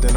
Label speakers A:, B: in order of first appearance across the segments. A: then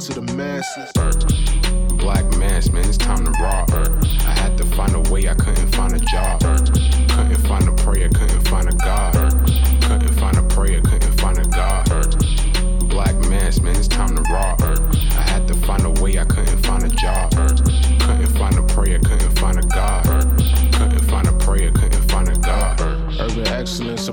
A: to the masses.
B: Black mass, man, it's time to rock. I had to find a way, I couldn't find a job. Couldn't find a prayer, couldn't find a God. Couldn't find a prayer, couldn't find a God. Black mass, man, it's time to rock. I had to find a way, I couldn't find a job. Couldn't find a prayer, couldn't find a God. Couldn't find a prayer, couldn't find a God.
A: Urban excellence, a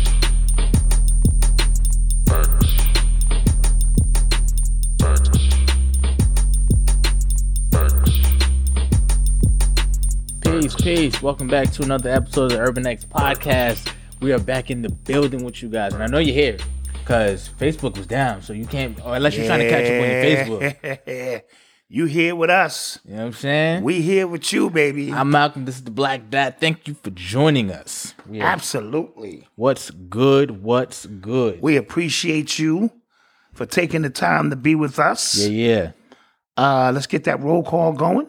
C: Peace, peace. Welcome back to another episode of the Urban X Podcast. We are back in the building with you guys, and I know you're here because Facebook was down, so you can't, or unless you're trying to catch up on your Facebook.
D: Facebook. you here with us.
C: You know what I'm saying?
D: We here with you, baby.
C: I'm Malcolm. This is the Black Dot. Thank you for joining us. Yeah.
D: Absolutely.
C: What's good? What's good?
D: We appreciate you for taking the time to be with us.
C: Yeah, yeah.
D: Uh, let's get that roll call going.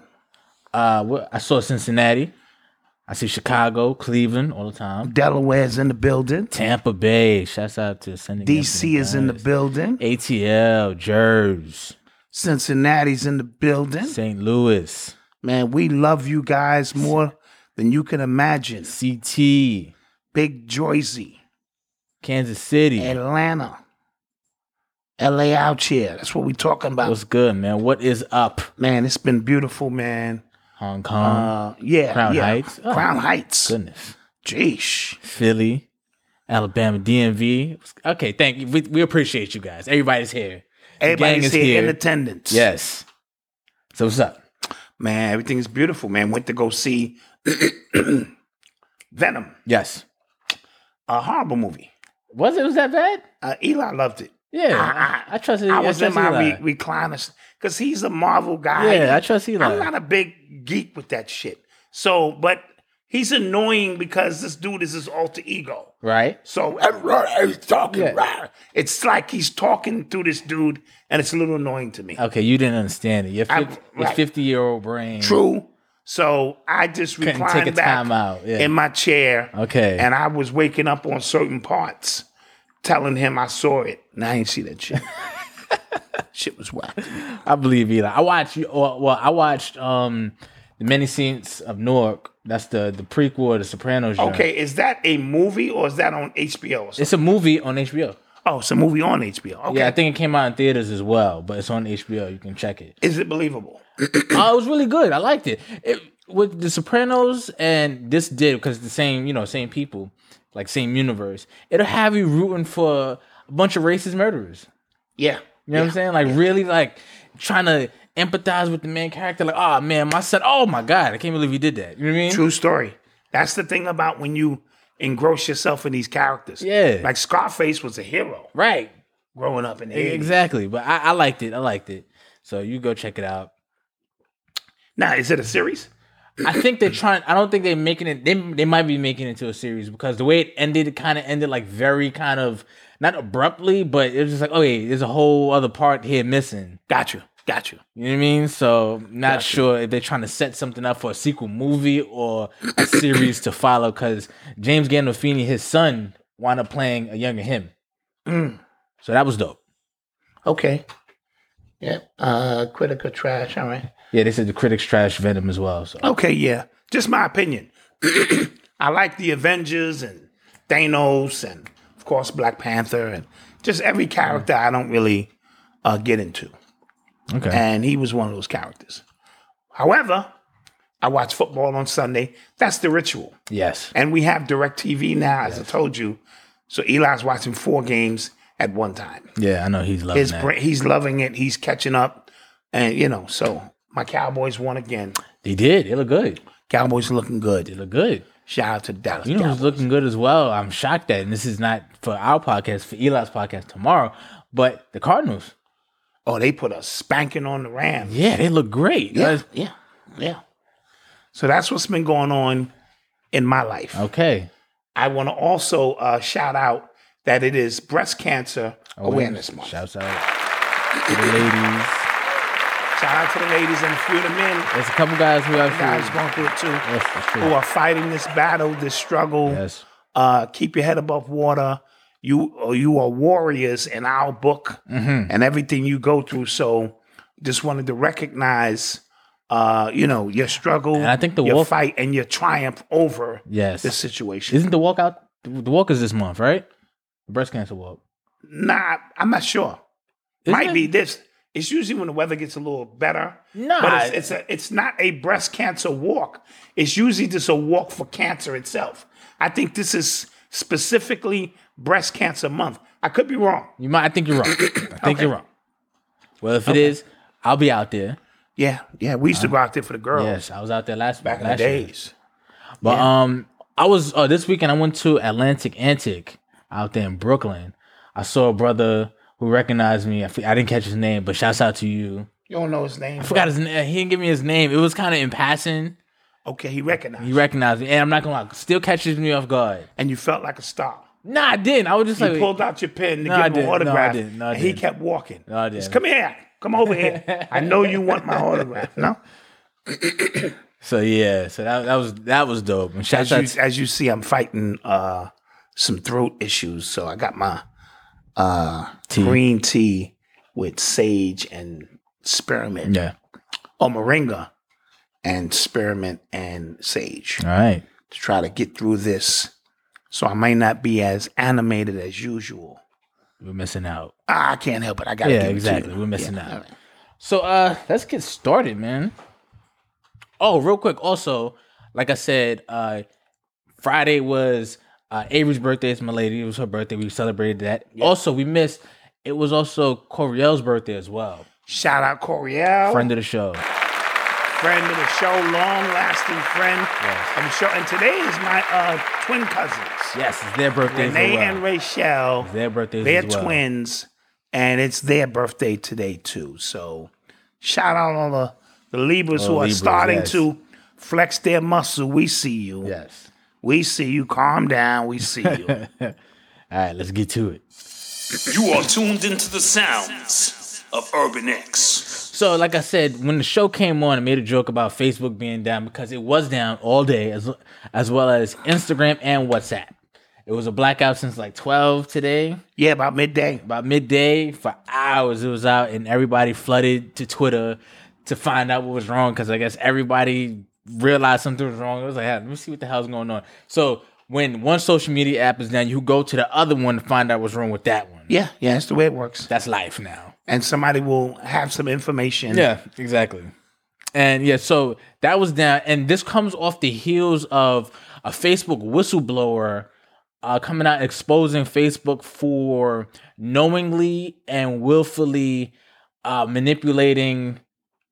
C: Uh, what, I saw Cincinnati. I see Chicago, Cleveland all the time.
D: Delaware's in the building.
C: Tampa Bay. Shouts out to sending
D: DC is in the building.
C: ATL, Jersey,
D: Cincinnati's in the building.
C: St. Louis,
D: Man, we love you guys more than you can imagine.
C: CT,
D: Big Jersey,
C: Kansas City.
D: Atlanta, LA out here. That's what we talking about.
C: What's good, man? What is up,
D: Man, it's been beautiful, man.
C: Hong Kong?
D: Uh, yeah,
C: Um, Crown
D: yeah.
C: Heights? Oh.
D: Crown Heights.
C: Goodness,
D: Jeez.
C: Philly, Alabama, DMV. Okay, thank you. We, we appreciate you guys. Everybody's here. The gang
D: Everybody's
C: is
D: here, in attendance.
C: Yes. So what's up?
D: Man, everything's beautiful, man. Went to go see Venom,
C: Yes.
D: a horrible movie.
C: Was it was that bad?
D: Uh, Eli loved it.
C: Yeah,
D: I-
C: I, trusted.
D: Ah, I was in
C: trust Eli.
D: my re- recliner because he's a Marvel guy.
C: yeah, I trust Eli.
D: I'm not a big geek with that shit. So, but he's annoying because this dude is his alter ego.
C: right?
D: So he's talking.
C: Yeah.
D: rah. It's like he's talking through this dude, and it's a little annoying to me.
C: Okay, you didn't understand it. Your
D: I'm-
C: fif- your
D: right.
C: fifty year old brain
D: True. So I just
C: Mm. couldn't
D: reclined
C: take a
D: back
C: time out. Yeah.
D: in my chair.
C: okay.
D: and I was waking up on certain parts, telling him I saw it. And I ain't see that shit. shit was whack.
C: I believe Eli. I watched you. Well, well, I watched um the many scenes of Newark. That's the the prequel of the Sopranos. genre.
D: Okay, is that a movie or is that on HBO? or something?
C: it's a movie on HBO.
D: oh, it's a movie on HBO. Okay,
C: Yeah, I think it came out in theaters as well, but it's on HBO. You can check it.
D: is it believable?
C: oh, it was really good. I liked it. it with the Sopranos and this did because the same you know same people, like same universe. It'll have you rooting for a bunch of racist murderers.
D: Yeah,
C: You know what I'm saying? Like really like trying to empathize with the main character. Like, oh man, my son. Oh my god, I can't believe you did that. You know what I mean?
D: true story. That's the thing about when you engross yourself in these characters.
C: Yeah.
D: like Scarface was a hero.
C: Right.
D: growing up in the 80s.
C: e-, Exactly. But I, I liked it. I liked it. So you go check it out.
D: Now, is it a series?
C: I think they're trying. I don't think they're making it. They they might be making it into a series because the way it ended, it kind of ended like very kind of not abruptly, but it was just like, okay, there's a whole other part here missing.
D: Gotcha. Gotcha.
C: You know what I mean? So not sure if they're trying to set something up for a sequel movie or a series to follow. Because James Gandolfini, his son, wound up playing a younger him. Mm. So that was dope.
D: Okay. Yep. Uh, critical trash. All right.
C: Yeah, they said the critics trash Venom as well. So
D: Okay, yeah. Just my opinion. I like the Avengers and Thanos and of course Black Panther and just every character I don't really uh, get into.
C: okay,
D: And he was one of those characters. However, I watch football on Sunday. That's the ritual.
C: yes,
D: And we have direct TV now, as I told you. So Eli's watching four games at one time.
C: yeah, I know he's loving
D: His
C: that.
D: bra- he's loving it. He's catching up. And you know, so my Cowboys won again.
C: they did. They look good.
D: Cowboys looking good.
C: They look good.
D: Shout out to the Dallas.
C: You know who's
D: Cowboys.
C: looking good as well. I'm shocked that, and this is not for our podcast, for Eli's podcast tomorrow, but the Cardinals.
D: oh, they put a spanking on the Rams.
C: Yeah, they look great.
D: yeah,
C: That's-
D: yeah, yeah. So that's what's been going on in my life.
C: Okay.
D: I want to also uh, shout out that it is Breast Cancer
C: Oh,
D: Awareness Month. Shout.
C: Shouts out to the ladies.
D: out to the ladies and a few of the men
C: There's a couple guys who
D: guys
C: actually.
D: going through it too,
C: Yes, that's
D: who
C: true.
D: are fighting this battle, this struggle.
C: Yes.
D: uh, keep your head above water. You uh, you are warriors in our book
C: Mm-hmm.
D: and everything you go through. So just wanted to recognize, uh, you know, your struggle,
C: And I think the
D: your
C: wolf-
D: fight, and your triumph over
C: Yes.
D: this situation.
C: Isn't the walkout the walk is this month, right? The breast cancer walk.
D: nah, I'm not sure.
C: Isn't
D: Might
C: it?
D: be this. It's usually when the weather gets a little better.
C: Nah.
D: but it's it's, a, it's not a breast cancer walk. It's usually just a walk for cancer itself. I think this is specifically breast cancer month. I could be wrong.
C: You might. I think you're wrong. I think you're wrong. Well, if it is, I'll be out there.
D: Yeah, yeah. We used to go out there for the girls
C: Uh-huh. Yes, I was out there last
D: back in the
C: last year.
D: days.
C: But um, I was uh, this weekend. I went to Atlantic Antic out there in Brooklyn. I saw a brother who recognized me. I, f- I didn't catch his name, but shouts out to you.
D: You don't know his name.
C: I forgot his name. He didn't give me his name. It was kind of in passing.
D: Okay, he recognized,
C: He recognized me, and I'm not gonna lie, still catches me off guard.
D: and you felt like a star.
C: Nah, I didn't. I was just
D: You
C: like,
D: pulled out your pen to
C: No, I didn't.
D: give him an
C: No, I
D: autograph,
C: didn't. No, I
D: and he
C: didn't.
D: kept walking.
C: No, I
D: Just
C: didn't.
D: come here, come over here. I know you want my autograph. No,
C: so yeah. So that, that was that was dope. And shouts
D: as
C: out.
D: you,
C: To,
D: as you see, I'm fighting uh, some throat issues, so I got my uh, green tea with sage and spearmint,
C: yeah.
D: or moringa and spearmint and sage.
C: All right.
D: to try to get through this. So I might not be as animated as usual.
C: We're missing out.
D: Ah, I can't help it. I gotta
C: Yeah,
D: give it
C: exactly.
D: To you.
C: We're missing
D: Yeah,
C: out.
D: all right.
C: So uh let's get started, man. Oh, real quick, also, like I said, uh Friday was uh Avery's birthday, it's my lady, it was her birthday. We celebrated that. Also, we missed it was also Coriel's birthday as well.
D: Shout out Coriel, friend,
C: Friend of the show.
D: of the show, long lasting friend of the show. And today is my uh, twin cousins,
C: Yes, it's their birthday as
D: Renee
C: well.
D: and Rachel.
C: their birthdays
D: They're
C: as well.
D: twins, and it's their birthday today too. So shout out all the, the Libras who are
C: Libras,
D: starting
C: yes.
D: to flex their muscle. We see you.
C: Yes.
D: We see you. Calm down. We see you.
C: All right, let's get to it.
E: You are tuned into the sounds of Urban X.
C: So, like I said, when the show came on, I made a joke about Facebook being down because it was down all day, as as well as Instagram and WhatsApp. It was a blackout since like twelve today,
D: yeah, about midday.
C: about midday for hours. It was out, and everybody flooded to Twitter to find out what was wrong because I guess everybody realized something was wrong. It was like, "Hey, let me see what the hell's going on. So, when one social media app is down, you go to the other one to find out what's wrong with that one.
D: Yeah, yeah, that's the way it works.
C: That's life now.
D: And somebody will have some information.
C: Yeah, exactly. And yeah, so that was down, and this comes off the heels of a Facebook whistleblower uh, coming out exposing Facebook for knowingly and willfully uh, manipulating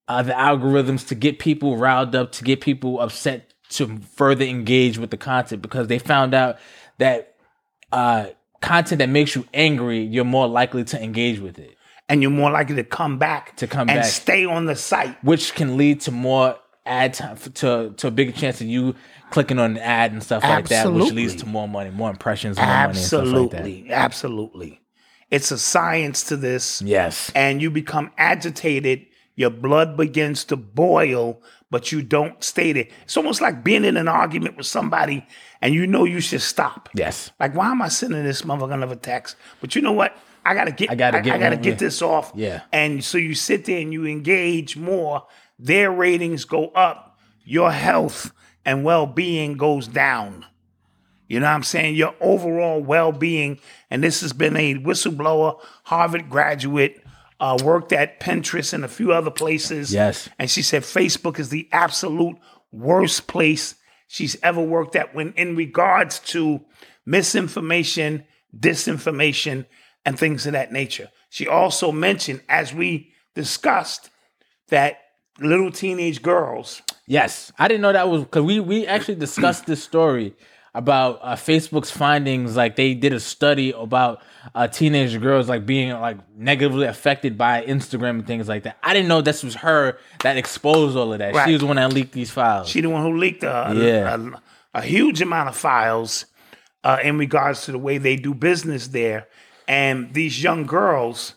C: uh, the algorithms to get people riled up, to get people upset, to further engage with the content because they found out that uh, content that makes you angry, you're more likely to engage with it,
D: and you're more likely to come back
C: To come
D: and
C: back.
D: stay on the site.
C: which can lead to more ad time to to a bigger chance of you clicking on an ad and stuff like that, which leads
D: Absolutely.
C: to more money, more impressions, more money, and stuff
D: Absolutely,
C: like
D: absolutely. It's a science to this.
C: that. Yes,
D: and you become agitated. Your blood begins to boil, but you don't stay there. It's almost like being in an argument with somebody and you know you should stop.
C: yes,
D: Like, why am I sending this motherfucker another text? But you know what? I gotta get I
C: gotta get
D: I gotta
C: one,
D: get
C: yeah.
D: this off.
C: Yeah.
D: And so you sit there and you engage more, their ratings go up, your health and well-being goes down. You know what I'm saying? Your overall well-being, and this has been a whistleblower, Harvard graduate, uh, worked at Pinterest and a few other places.
C: Yes.
D: And she said Facebook is the absolute worst place she's ever worked at when in regards to misinformation, disinformation, and things of that nature. She also mentioned, as we discussed, that little teenage girls
C: yes. I didn't know that was because we we actually discussed this story about uh, Facebook's findings. Like they did a study about uh, teenage girls like being like negatively affected by Instagram and things like that. I didn't know this was her that exposed all of that.
D: Right.
C: She was the one that leaked these files.
D: She the one who leaked a,
C: Yeah.
D: a, a huge amount of files uh, in regards to the way they do business there. And these young girls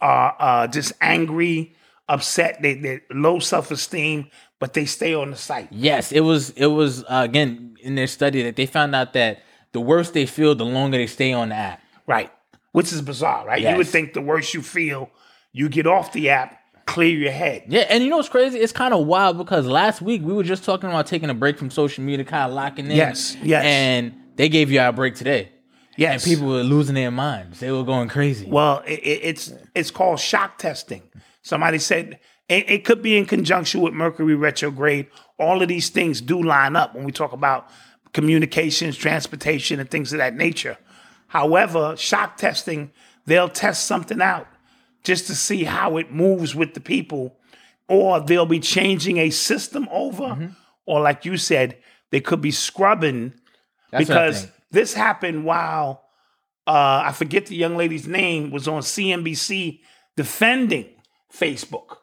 D: are uh, just angry, upset, they, they low self esteem, but they stay on the site.
C: Yes, it was. It was uh, again in their study that they found out that the worse they feel, the longer they stay on the app.
D: Right. Which is bizarre, right? You would
C: Yes.
D: think the worse you feel, you get off the app, clear your head.
C: Yeah, and you know what's crazy? It's kind of wild because last week we were just talking about taking a break from social media, kind of locking in.
D: Yes, yes.
C: And they gave you a break today, and
D: Yes.
C: people were losing their minds. They were going crazy.
D: Well, it, it, it's it's called shock testing. Somebody said it, it could be in conjunction with Mercury retrograde. All of these things do line up when we talk about communications, transportation, and things of that nature. However, shock testing, they'll test something out just to see how it moves with the people, or they'll be changing a system over, or like you said, they could be scrubbing
C: That's what I
D: because
C: think.
D: this happened while uh, I forget the young lady's name was on CNBC defending Facebook.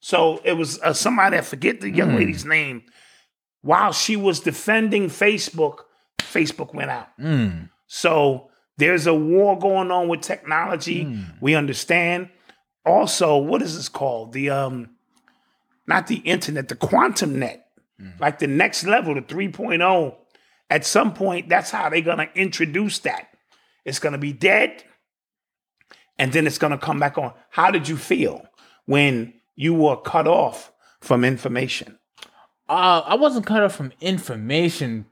D: So it was uh, somebody I forget the
C: Hmm.
D: young lady's name. While she was defending Facebook, Facebook went out.
C: Hmm.
D: So there's a war going on with technology.
C: Hmm.
D: We understand. Also, what is this called? The um, not the internet, the quantum net,
C: Hmm.
D: like the next level, the oh, 3.0. At some point, that's how they're going to introduce that. It's going to be dead and then it's going to come back on. How did you feel when you were cut off from information?
C: uh, I wasn't cut off from information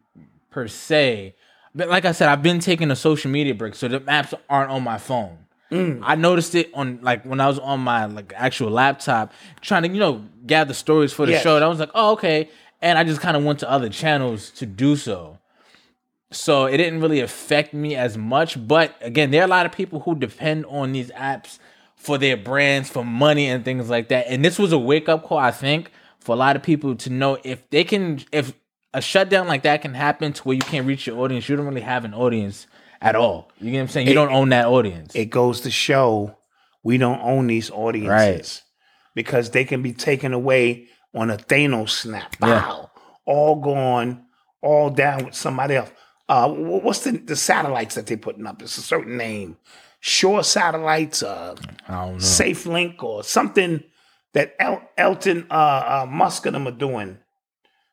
C: per se, but like I said, I've been taking a social media break, so the apps aren't on my phone. I noticed it on like when I was on my like actual laptop trying to you know gather stories for the
D: Yes.
C: show. And I was like, oh okay, and I just kind of went to other channels to do so. So it didn't really affect me as much. But again, there are a lot of people who depend on these apps for their brands, for money, and things like that. And this was a wake up call, I think, for a lot of people to know if they can, if a shutdown like that can happen to where you can't reach your audience, you don't really have an audience at all. You get what I'm saying? You don't own that audience.
D: It goes to show we don't own these audiences
C: Right.
D: because they can be taken away on a Thanos snap.
C: Yeah.
D: Wow. All gone, all down with somebody else. Uh, wh- what's the, the satellites that they're putting up? It's a certain name. Shore satellites, uh,
C: I don't know.
D: Safe Link or something that El- Elton uh, uh, Musk and them are doing.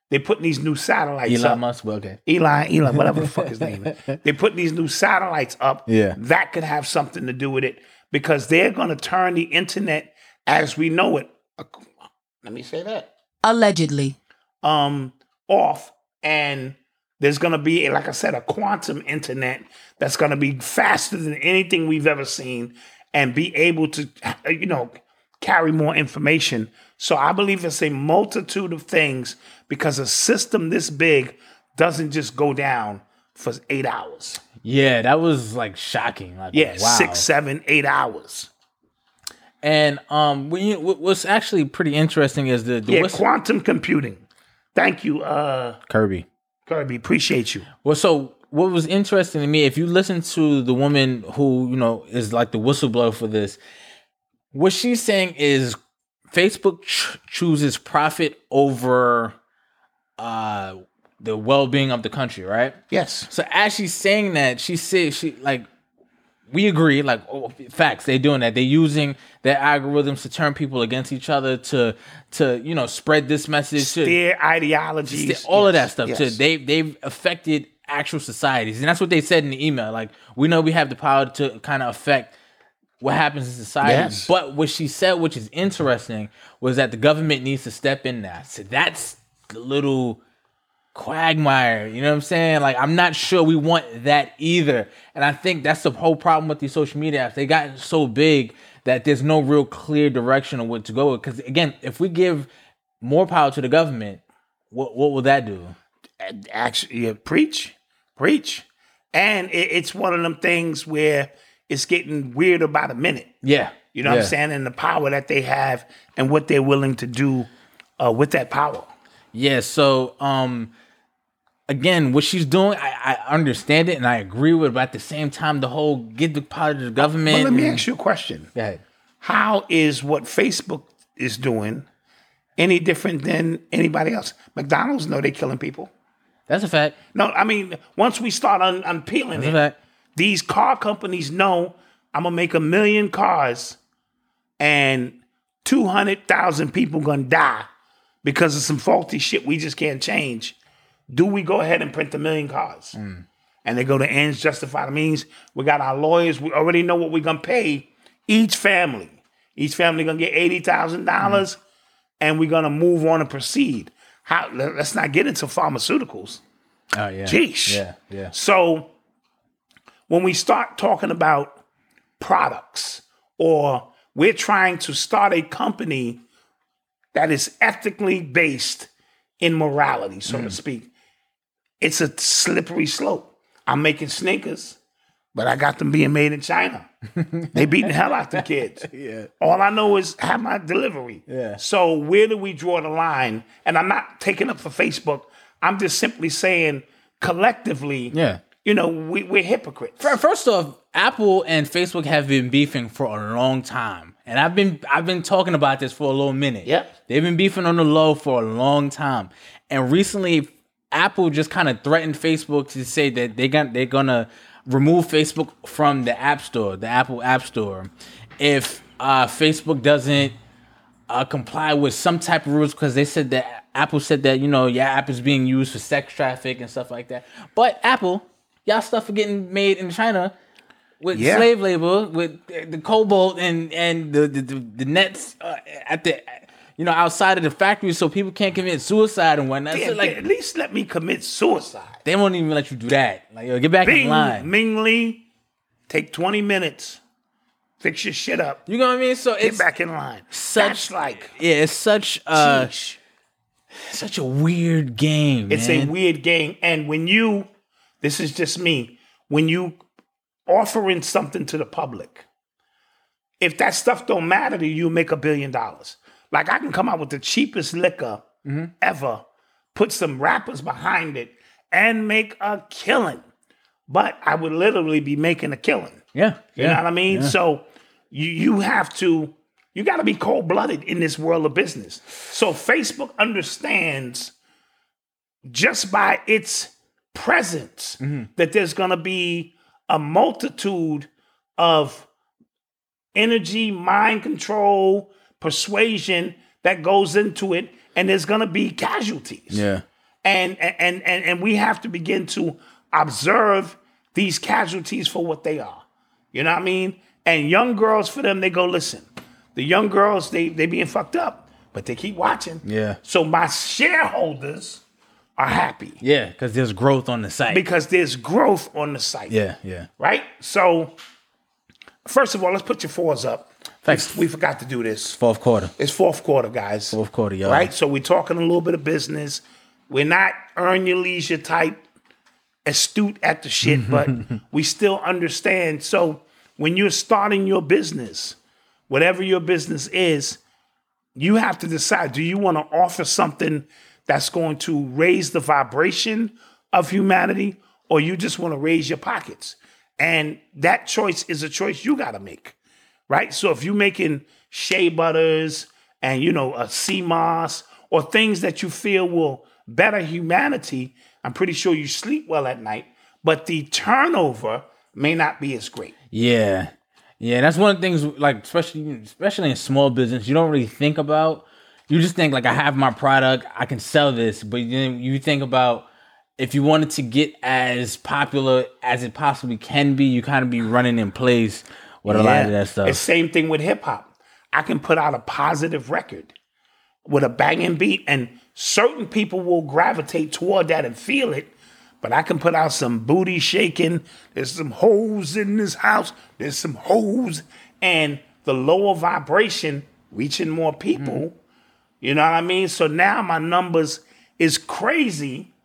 D: They're putting these new satellites
C: Elon
D: up.
C: Musk, well, okay.
D: Elon, Elon, whatever the fuck his name is. They're putting these new satellites up.
C: Yeah.
D: That could have something to do with it because they're going to turn the internet as we know it. Let me say that
F: Allegedly.
D: um, off, and there's going to be, like I said, a quantum internet that's going to be faster than anything we've ever seen, and be able to, you know, carry more information. So I believe it's a multitude of things because a system this big doesn't just go down for eight hours.
C: Yeah, that was like shocking. Like,
D: Yeah,
C: wow.
D: six, seven, eight hours.
C: And um, when you, what- what's actually pretty interesting is the, the
D: Yeah,
C: whistle-
D: quantum computing. Thank you, uh,
C: Kirby.
D: Kirby. Appreciate you.
C: Well, so what was interesting to me, if you listen to the woman who, you know, is like the whistleblower for this, what she's saying is Facebook ch- chooses profit over uh the well-being of the country, right?
D: Yes.
C: So as she's saying that, she says she like we agree, like oh, facts. They're doing that. They're using their algorithms to turn people against each other to to you know spread this message. to-
D: Their ideologies.
C: sti- all of that
D: yes,
C: stuff
D: yes.
C: too. They they've affected actual societies, and that's what they said in the email. Like we know we have the power to kind of affect what happens in society.
D: Yes.
C: But what she said, which is interesting, was that the government needs to step in now. So that's the little quagmire. You know what I'm saying? Like I'm not sure we want that either. And I think that's the whole problem with these social media apps. They got so big that there's no real clear direction of what to go with. Because again, if we give more power to the government, what what will that do?
D: actually yeah, preach, preach, and it, it's one of them things where it's getting weirder by the minute.
C: Yeah,
D: You know what
C: Yeah.
D: I'm saying? And the power that they have and what they're willing to do uh, with that power.
C: Yeah. So, um, again, what she's doing, I, I understand it and I agree with. it, But at the same time, the whole get the power to the government.
D: Well, let me ask you a question.
C: Go ahead.
D: How is what Facebook is doing any different than anybody else? McDonald's know they're killing people.
C: That's a fact.
D: No, I mean, once we start un- unpeeling
C: That's a
D: it,
C: fact.
D: these car companies know I'm gonna make a million cars and 200,000 people gonna die because of some faulty shit we just can't change. Do we go ahead and print a million cars?
C: Mm.
D: And they go to ends justify the means. We got our lawyers. We already know what we're gonna pay each family. Each family gonna get eighty thousand
C: Mm.
D: dollars, and we're gonna move on and proceed. How? let- Let's not get into pharmaceuticals.
C: Oh yeah.
D: Jeez.
C: Yeah. Yeah.
D: So when we start talking about products or we're trying to start a company that is ethically based in morality, so
C: Hmm.
D: to speak, it's a slippery slope. I'm making sneakers, but I got them being made in China. they beating the hell out the kids. Yeah. All I know is have my delivery.
C: Yeah.
D: So where do we draw the line? And I'm not taking up for Facebook. I'm just simply saying collectively,
C: Yeah.
D: you know, we, we're hypocrites.
C: Fir- First off, Apple and Facebook have been beefing for a long time, and I've been I've been talking about this for a little minute.
D: Yep.
C: they've been beefing on the low for a long time, and recently Apple just kind of threatened Facebook to say that they got they're gonna remove Facebook from the App Store, the Apple App Store, if uh, Facebook doesn't uh, comply with some type of rules because they said that Apple said that you know your app is being used for sex traffic and stuff like that. But Apple, y'all stuff are getting made in China with
D: Yeah.
C: slave labor, with the the cobalt and and the the, the, the nets uh, at the you know outside of the factory, so people can't commit suicide and whatnot.
D: Yeah,
C: so
D: at
C: like
D: least let me commit suicide.
C: they won't even let you do that. Like yo, get back in
D: Bing,
C: line.
D: Mingley, take 20 minutes, fix your shit up,
C: You know what I mean? So
D: get
C: it's
D: back in line.
C: such
D: That's like,
C: yeah, it's such uh
D: sheesh.
C: such a weird game.
D: it's
C: man.
D: a weird game. And when you, this is just me, when you offering something to the public, if that stuff don't matter to you, you make a billion dollars. Like I can come out with the cheapest liquor ever, put some rappers behind it, and make a killing. But I would literally be making a killing.
C: yeah,
D: You know what I mean? So you you have to you got to be cold blooded in this world of business. So Facebook understands just by its presence
C: Mm-hmm.
D: that there's going to be a multitude of energy, mind control, persuasion that goes into it and there's going to be casualties
C: yeah.
D: and and and and we have to begin to observe these casualties for what they are. You know what I mean? And young girls, for them, they go listen. The young girls, they they being fucked up, but they keep watching.
C: Yeah.
D: So my shareholders are happy
C: Yeah, because there's growth on the site.
D: because there's growth on the site.
C: yeah, yeah.
D: Right. So first of all, let's put your fours up.
C: Thanks.
D: We forgot to do this.
C: Fourth quarter.
D: It's fourth quarter, guys.
C: Fourth quarter, y'all.
D: Right? So we're talking a little bit of business. We're not earn your leisure type, astute at the shit, but we still understand. So when you're starting your business, whatever your business is, you have to decide do you want to offer something that's going to raise the vibration of humanity or you just want to raise your pockets. And that choice is a choice you got to make, right? So if you're making shea butters and you know a sea moss or things that you feel will better humanity, I'm pretty sure you sleep well at night, but the turnover may not be as great.
C: Yeah. Yeah, that's one of the things like especially especially in small business, you don't really think about. You just think like I have my product, I can sell this, but then you think about if you wanted to get as popular as it possibly can be, you kind of be running in place with a lot of that stuff.
D: It's same thing with hip hop. I can put out a positive record with a banging beat, and certain people will gravitate toward that and feel it. But I can put out some booty shaking. There's some holes in this house. There's some holes, and the lower vibration reaching more people.
C: Mm-hmm.
D: You know what I mean? So now my numbers is crazy.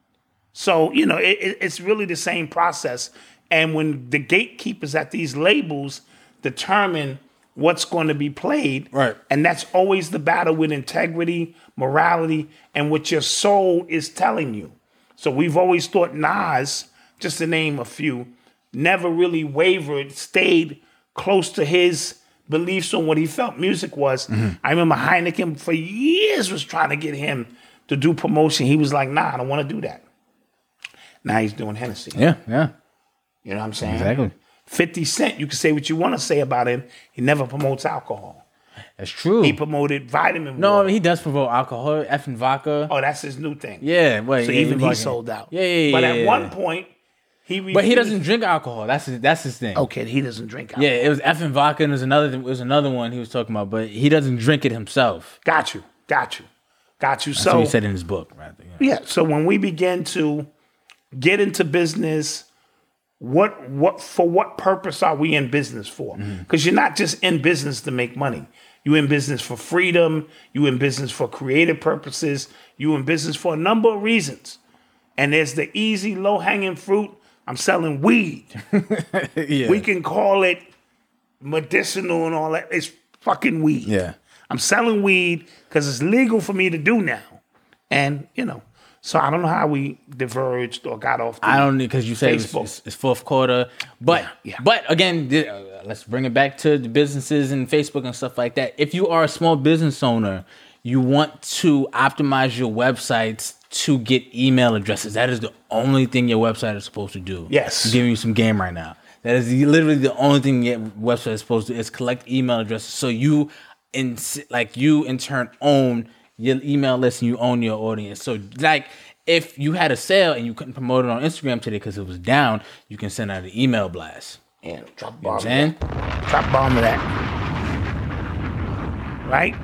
D: So you know, it, it- it's really the same process. And when the gatekeepers at these labels determine what's going to be played,
C: Right.
D: And that's always the battle with integrity, morality, and what your soul is telling you. So we've always thought Nas, just to name a few, never really wavered, stayed close to his beliefs on what he felt music was. I remember Heineken for years was trying to get him to do promotion. He was like, nah, I don't want to do that. Now he's doing Hennessy.
C: yeah, yeah.
D: You know what I'm saying?
C: Exactly.
D: 50 Cent, you can say what you want to say about him. He never promotes alcohol.
C: That's true.
D: He promoted vitamin
C: no, I
D: water.
C: mean, he does promote alcohol, effing vodka.
D: Oh, that's his new thing.
C: yeah, wait.
D: So
C: yeah,
D: even he
C: bugging.
D: sold out.
C: Yeah, yeah, yeah.
D: But
C: yeah,
D: at one
C: yeah.
D: point, he
C: But he
D: refused-
C: doesn't drink alcohol. That's his, that's his thing.
D: Okay, he doesn't drink alcohol.
C: Yeah, it was effing vodka. And there's another th- it was another one he was talking about, but he doesn't drink it himself.
D: Got you. Got you. Got you.
C: So
D: so
C: he said in his book, right? Yeah.
D: yeah. So when we begin to get into business, what what for what purpose are we in business for?
C: Mm.
D: Because you're not just in business to make money. You in business for freedom. You in business for creative purposes. You in business for a number of reasons. And there's the easy low hanging fruit. I'm selling weed.
C: yeah.
D: We can call it medicinal and all that. It's fucking weed.
C: Yeah.
D: I'm selling weed because it's legal for me to do now. And, you know, so I don't know how we diverged or got off. The,
C: I don't because you said it's,
D: Facebook.
C: it's, it's fourth quarter, but
D: yeah.
C: but again, th- uh, let's bring it back to the businesses and Facebook and stuff like that. If you are a small business owner, you want to optimize your websites to get email addresses. That is the only thing your website is supposed to do.
D: Yes.
C: I'm giving you some game right now. That is the- literally the only thing your website is supposed to do is collect email addresses. So you, in like you in turn own your email list and you own your audience. So like if you had a sale and you couldn't promote it on Instagram today because it was down, you can send out an email blast.
D: Yeah, drop
C: You know
D: bomb.
C: what I'm saying?
D: Drop bomb of that. Right?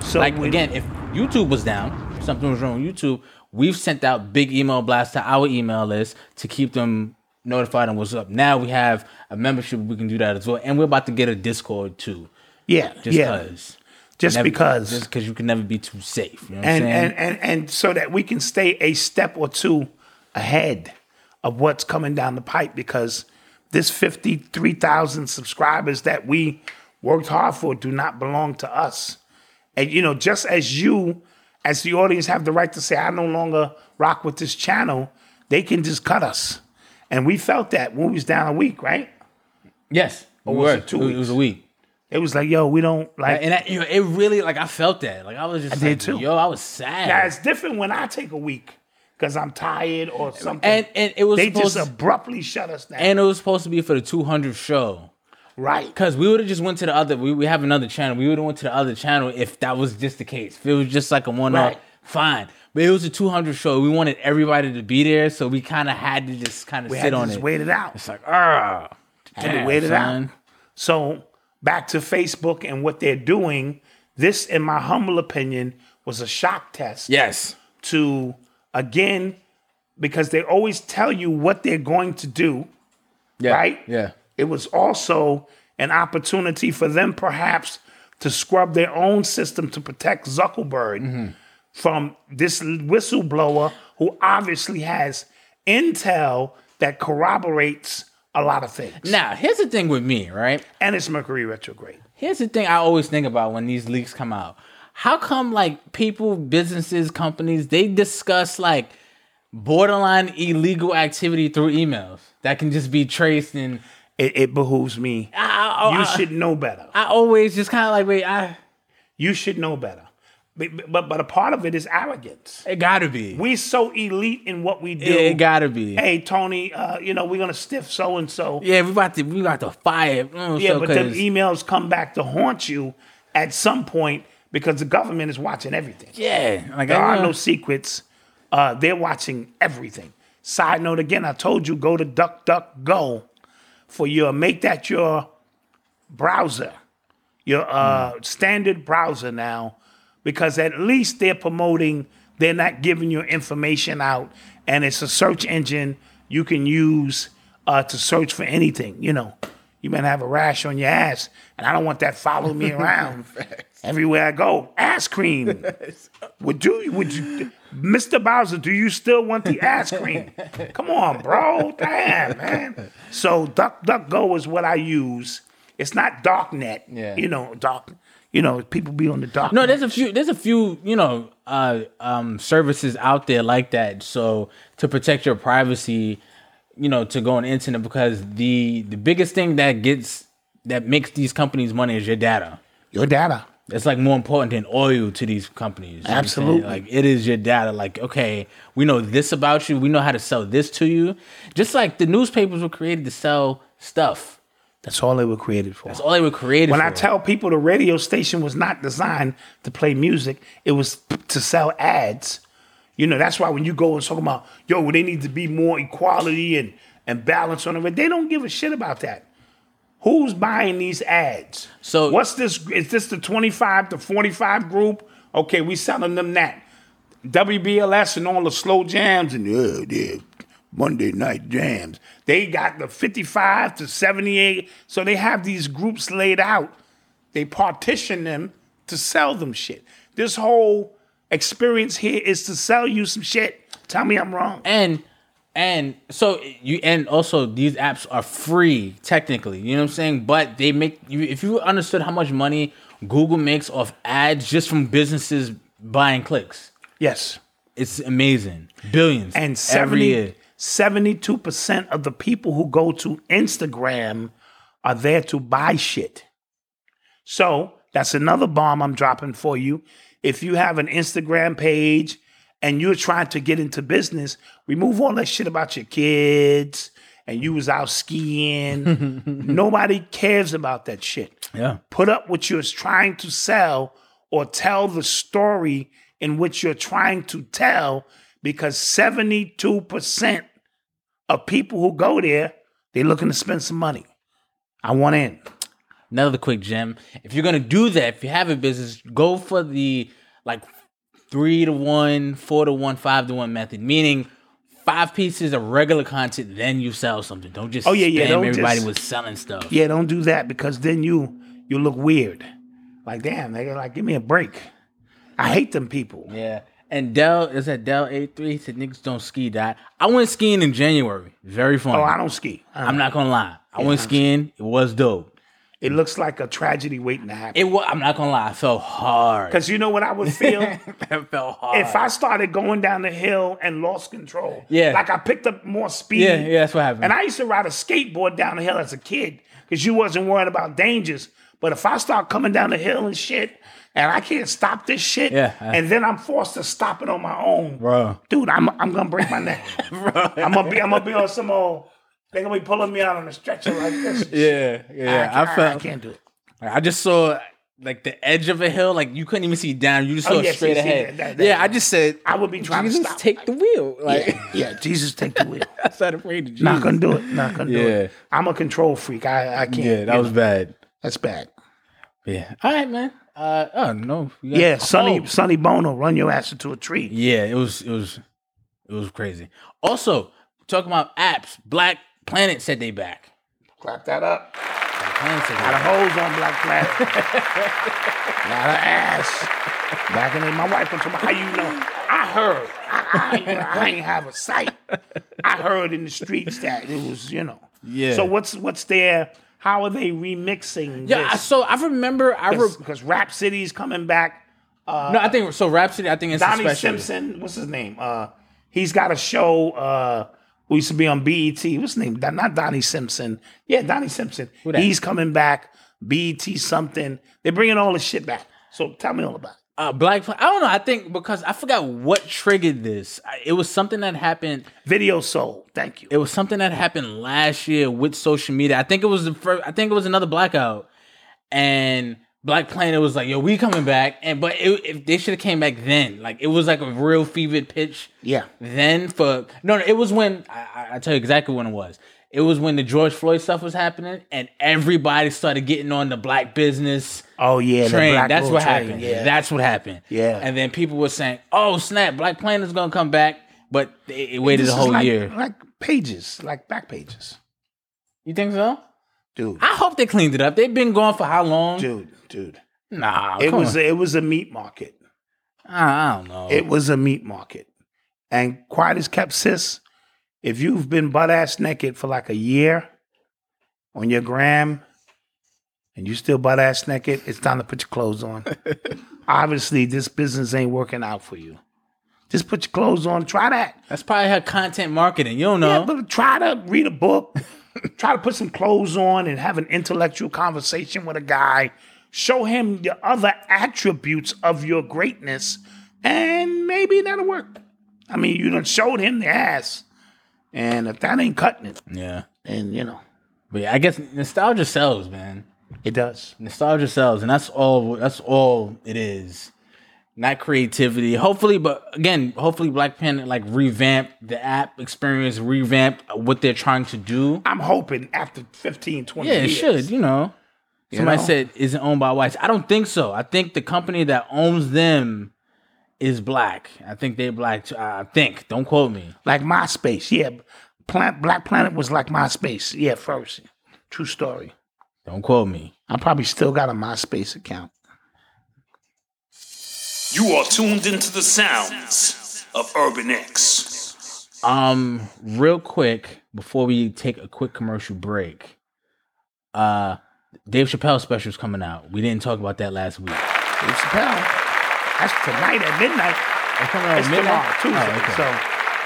D: So
C: Like
D: we-
C: again, if YouTube was down, if something was wrong with YouTube. We've sent out big email blasts to our email list to keep them notified on what's up. Now we have a membership; we can do that as well, and we're about to get a Discord too.
D: yeah,
C: just
D: yeah,
C: because.
D: just because.
C: Just because you can never be too safe. You know what
D: and,
C: I'm saying?
D: and and and so that we can stay a step or two ahead of what's coming down the pipe because this 53,000 subscribers that we worked hard for do not belong to us. And you know, just as you as the audience have the right to say I no longer rock with this channel, they can just cut us. And we felt that when we was down a week, right?
C: yes. we
D: was
C: were.
D: it two
C: It was a
D: weeks?
C: week.
D: It was like, yo, we don't like
C: And I, you know, it really, like, I felt that. Like, I was just
D: did
C: like,
D: too.
C: yo, I was sad.
D: Now it's different when I take a week because I'm tired or something.
C: And- and it was
D: they
C: supposed
D: just
C: to-
D: abruptly shut us down.
C: and it was supposed to be for the 200th show.
D: right?
C: Because we would have just went to the other, we, we have another channel. We would have went to the other channel if that was just the case. If it was just like a one-off,
D: Right.
C: fine. But it was a 200 show. We wanted everybody to be there, so we kind of had to just kind of
D: We had
C: sit
D: to
C: on
D: just
C: it.
D: wait it out.
C: It's like, ah.
D: Had to
C: damn,
D: wait it out.
C: son.
D: So back to Facebook and what they're doing. This, in my humble opinion, was a shock test
C: Yes.
D: to again because they always tell you what they're going to do.
C: Yeah.
D: Right?
C: Yeah.
D: It was also an opportunity for them, perhaps, to scrub their own system to protect Zuckerberg from this whistleblower who obviously has intel that corroborates a lot of things.
C: Now, here's the thing with me, right?
D: and it's Mercury retrograde.
C: Here's the thing I always think about when these leaks come out. How come like people, businesses, companies, they discuss like borderline illegal activity through emails that can just be traced and
D: It, it behooves me.
C: I, I, oh, I,
D: you should know better.
C: I always just kind of like wait I
D: You should know better. But, but but a part of it is arrogance.
C: it gotta be
D: We so elite in what we do.
C: it, it gotta be
D: hey Tony, uh, you know we're gonna stiff so and so.
C: yeah we about to we about to fire mm,
D: Yeah,
C: so,
D: but them e-
C: 'cause-
D: emails come back to haunt you at some point because the government is watching everything.
C: yeah like
D: There
C: I
D: are
C: know.
D: no secrets. Uh, they're watching everything. Side note again, I told you go to DuckDuckGo for your make that your browser, your uh, standard browser now, because at least they're promoting. They're not giving your information out, and it's a search engine you can use uh, to search for anything. You know, you might have a rash on your ass, and I don't want that following me around everywhere I go. Ass cream. Would you, would you, Mr. Bowser, do you still want the ass cream? Come on, bro. Damn, man. So DuckDuckGo is what I use. It's not darknet.
C: Yeah.
D: You know, dark, you know, people be on the dark.
C: No, there's a few. There's a few. You know, uh, um, services out there like that. So to protect your privacy, you know, to go on the internet because the the biggest thing that gets that makes these companies money is your data.
D: your data.
C: It's like more important than oil to these companies. you know what I'm saying?
D: Absolutely.
C: Like it is your data. Like, okay, we know this about you. We know how to sell this to you. Just like the newspapers were created to sell stuff.
D: That's all they were created for.
C: That's all they were created
D: when
C: for.
D: I tell people the radio station was not designed to play music, it was to sell ads. You know, that's why when you go and talk about, yo, well, they need to be more equality and, and balance on it, they don't give a shit about that. Who's buying these ads?
C: So-
D: what's this? Is this the 25 to 45 group? Okay, we selling them that. WBLS and all the slow jams and uh, yeah, Monday night jams. They got the 55 to 78. So they have these groups laid out. They partition them to sell them shit. This whole experience here is to sell you some shit. Tell me I'm wrong.
C: and and so you and also these apps are free technically you know what i'm saying but they make you if you understood how much money google makes off ads just from businesses buying clicks
D: Yes.
C: it's amazing billions
D: And
C: every year
D: 70, 72% of the people who go to Instagram are there to buy shit. So that's another bomb I'm dropping for you. If you have an Instagram page and you're trying to get into business, remove all that shit about your kids and you was out skiing. Nobody cares about that shit
C: yeah
D: put up what you're trying to sell or tell the story in which you're trying to tell because 72% of people who go there they're looking to spend some money i want in
C: another quick gem if you're gonna do that if you have a business go for the like three to one four to one five to one method meaning five pieces of regular content then you sell something don't just
D: Oh, yeah, yeah,
C: spam
D: don't
C: everybody
D: just-
C: with selling stuff
D: yeah don't do that because then you you look weird like damn they like give me a break i hate them people
C: Yeah. And Dell is at Dell eight three. Said niggas don't ski that. I went skiing in January. Very fun.
D: oh i don't ski I don't-
C: I'm not gonna lie. I went skiing. It was dope.
D: it looks like a tragedy waiting to happen
C: It was. I'm not gonna lie. I felt hard.
D: because you know what i would feel
C: I felt hard.
D: if I started going down the hill and lost control,
C: Yeah.
D: like I picked up more speed.
C: Yeah, yeah, that's what happened.
D: And I used to ride a skateboard down the hill as a kid because you wasn't worried about dangers. But if I start coming down the hill and shit, and I can't stop this shit,
C: Yeah.
D: and then I'm forced to stop it on my own,
C: Bro.
D: dude, I'm I'm gonna break my neck. I'm gonna be I'm gonna be on some old. They're gonna be pulling me out on a stretcher like this.
C: yeah, yeah. I,
D: I, can't- I
C: felt.
D: can't do it.
C: I just saw like the edge of a hill. Like you couldn't even see down. You just
D: Oh,
C: saw
D: yeah, see,
C: straight
D: see,
C: ahead.
D: that- that- that-
C: yeah, I just said.
D: I would be trying
C: Jesus,
D: to stop.
C: take the wheel. Like
D: yeah, Jesus, take the wheel.
C: I started praying to Jesus.
D: Not gonna do it. Not gonna do
C: Yeah.
D: it. I'm a control freak. I, I can't.
C: yeah, that
D: you
C: was
D: know,
C: bad.
D: that's bad.
C: Yeah. All right, man. Uh, oh no. we got-
D: Yeah, Sonny
C: Oh.
D: Sonny Bono run your ass into a tree.
C: Yeah, it was it was it was crazy. Also, talking about apps, Black Planet said they back.
D: Clap that up.
C: Black Planet said they
D: Got a
C: back.
D: hose on Black Planet. Got a ass. Back in the day, my wife was talking about how you know. I heard. I, I, ain't, I ain't have a sight. I heard in the streets that it was, you know.
C: Yeah.
D: So what's what's their how are they remixing
C: Yeah, I-
D: this?
C: so I remember I re-
D: Because Rap City's coming back.
C: no, I think so. Rhapsody, I think it's
D: uh, Donnie
C: special.
D: Simpson, what's his name? Uh, He's got a show uh who used to be on BET. What's his name? Don- Not Donnie Simpson. Yeah, Donnie Simpson.
C: that?
D: He's coming back. BET something. They're bringing all this shit back. So tell me all about it.
C: Uh, Black Planet. I don't know. I think because I forgot what triggered this. I, it was something that happened.
D: Video Soul. Thank you.
C: It was something that happened last year with social media. I think it was the first. I think it was another blackout, and Black Planet was like, "Yo, we coming back." And but it, if they should have came back then, like it was like a real fevered pitch.
D: Yeah.
C: Then for no, no, it was when I, I- I tell you exactly when it was. It was when the George Floyd stuff was happening, and everybody started getting on the black business
D: Oh yeah, the
C: train.
D: Black
C: That's
D: Bull
C: what
D: train.
C: happened.
D: Yeah.
C: That's what happened.
D: Yeah.
C: And then people were saying, "Oh snap, Black Planet's gonna come back," but it, it waited
D: This
C: a
D: is
C: whole
D: like,
C: year.
D: Like pages, like back pages.
C: You think so?
D: Dude,
C: I hope they cleaned it up. They've been gone for how long?
D: dude, dude.
C: Nah,
D: It
C: come
D: was
C: on.
D: it was a meat market.
C: I I don't know.
D: It was a meat market. And quiet as kept sis, if you've been butt ass naked for like a year on your gram and you still butt ass naked, it's time to put your clothes on. Obviously, this business ain't working out for you. Just put your clothes on. Try that.
C: That's probably her content marketing. You don't know.
D: Yeah, but try to read a book, try to put some clothes on and have an intellectual conversation with a guy. Show him the other attributes of your greatness, and maybe that'll work. I mean, you done showed him the ass, and if that ain't cutting it,
C: yeah.
D: then you know
C: But yeah, I guess nostalgia sells, man.
D: it does.
C: Nostalgia sells, and that's all. That's all it is. Not creativity, hopefully, but again, hopefully, Black Planet like revamp the app experience, revamp what they're trying to do.
D: I'm hoping after 15, 20
C: Yeah, it
D: years.
C: should. You know, somebody
D: know?
C: said is it owned by whites? I don't think so. I think the company that owns them is black. I think they black. Too. I think. Don't quote me.
D: Like MySpace, yeah. Plant, Black Planet was like MySpace, yeah. First, true story.
C: Don't quote me.
D: I probably still got a MySpace account.
E: You are tuned into the sounds of Urban X.
C: Um, real quick before we take a quick commercial break. Uh, Dave Chappelle special's coming out. We didn't talk about that last week.
D: Dave Chappelle. That's tonight at midnight.
C: It's coming out
D: it's
C: midnight?
D: tomorrow, Tuesday.
C: Oh, okay.
D: So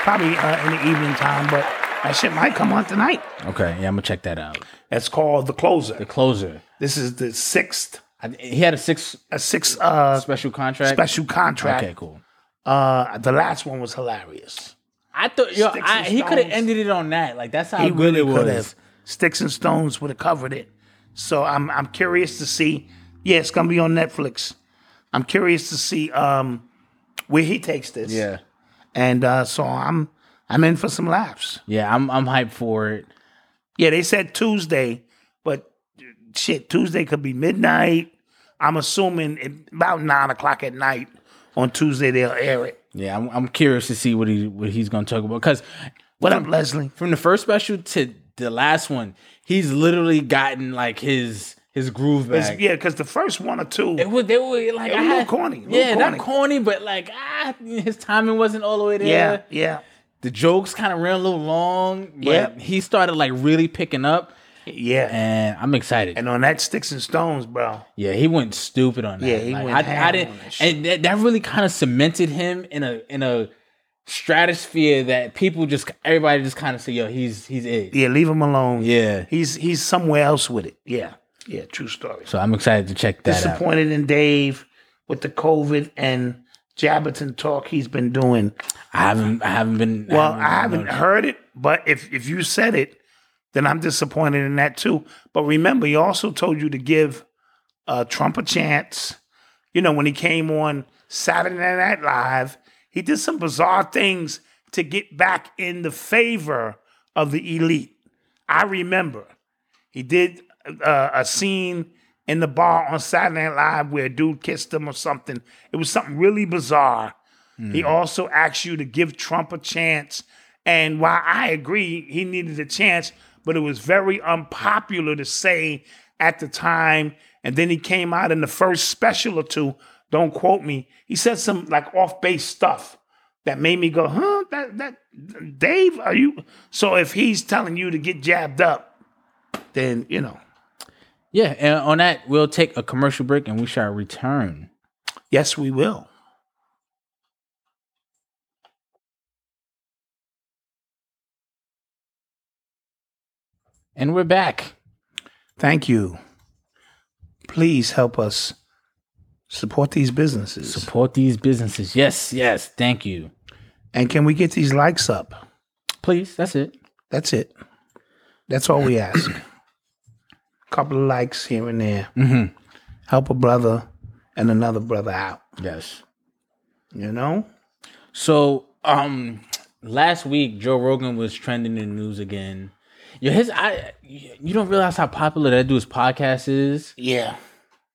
D: probably uh, in the evening time, but that shit might come on tonight.
C: Okay, yeah, I'm gonna check that out.
D: That's called The Closer.
C: The closer.
D: This is the sixth,
C: I, he had a six
D: a sixth uh,
C: special contract.
D: special contract.
C: Okay, cool.
D: Uh, the last one was hilarious.
C: I thought yo,
D: Sticks
C: I,
D: and
C: he could have
D: stones.
C: ended it on that. Like that's how
D: He
C: good
D: really
C: it
D: could
C: was.
D: have. Sticks and Stones would have covered it. So I'm I'm curious to see. Yeah, it's gonna be on Netflix. I'm curious to see um where he takes this.
C: Yeah,
D: And uh, so I'm I'm in for some laughs.
C: yeah. I'm I'm hyped for it.
D: Yeah, they said Tuesday, but shit, Tuesday could be midnight. I'm assuming it, about nine o'clock at night on Tuesday they'll air it.
C: Yeah, I'm I'm curious to see what he what he's gonna talk about because
D: What up, Leslie?
C: from the first special to the last one, he's literally gotten like his his groove
D: It's-
C: back.
D: yeah, because the first one or two,
C: It was they were like
D: It was
C: I
D: a little
C: had,
D: corny, a little
C: yeah,
D: corny.
C: not corny, but like ah, his timing wasn't all the way there.
D: yeah, yeah,
C: the jokes kind of ran a little long. But
D: Yep.
C: he started like really picking up,
D: yeah.
C: and I'm excited.
D: And on that sticks and stones, bro.
C: Yeah, he went stupid on that.
D: Yeah, he
C: Like,
D: went
C: I, I
D: ham
C: didn't,
D: on that shit.
C: and that, that really kind of cemented him in a in a stratosphere that people just everybody just kind of say, "Yo, he's he's it."
D: Yeah, leave him alone.
C: Yeah.
D: he's he's somewhere else with it. Yeah, yeah, true story.
C: So I'm excited to check that out.
D: Disappointed in Dave with the COVID and Jabberton talk he's been doing.
C: I haven't I haven't been
D: Well,
C: been
D: I haven't
C: noticed.
D: heard it, but if if you said it, then I'm disappointed in that too. But remember, he also told you to give uh, Trump a chance. You know, when he came on Saturday Night Live, he did some bizarre things to get back in the favor of the elite. I remember he did uh, a scene in the bar on Saturday Night Live where a dude kissed him or something. It was something really bizarre. He also asked you to give Trump a chance. And while I agree he needed a chance, but it was very unpopular to say at the time. And then he came out in the first special or two, don't quote me. He said some like off base stuff that made me go, huh? That that Dave, are you so if he's telling you to get jabbed up, then you know.
C: Yeah, and on that we'll take a commercial break and we shall return.
D: Yes, we will.
C: And we're back.
D: Thank you. Please help us support these businesses.
C: Support these businesses. Yes, yes. Thank you.
D: and can we get these likes up?
C: Please, that's it.
D: That's it. That's all we ask. Couple of likes here and there.
C: Mhm.
D: Help a brother and another brother out.
C: Yes.
D: You know?
C: So, um, last week Joe Rogan was trending in the news again. Yeah, his I you don't realize how popular that dude's podcast is
D: Yeah.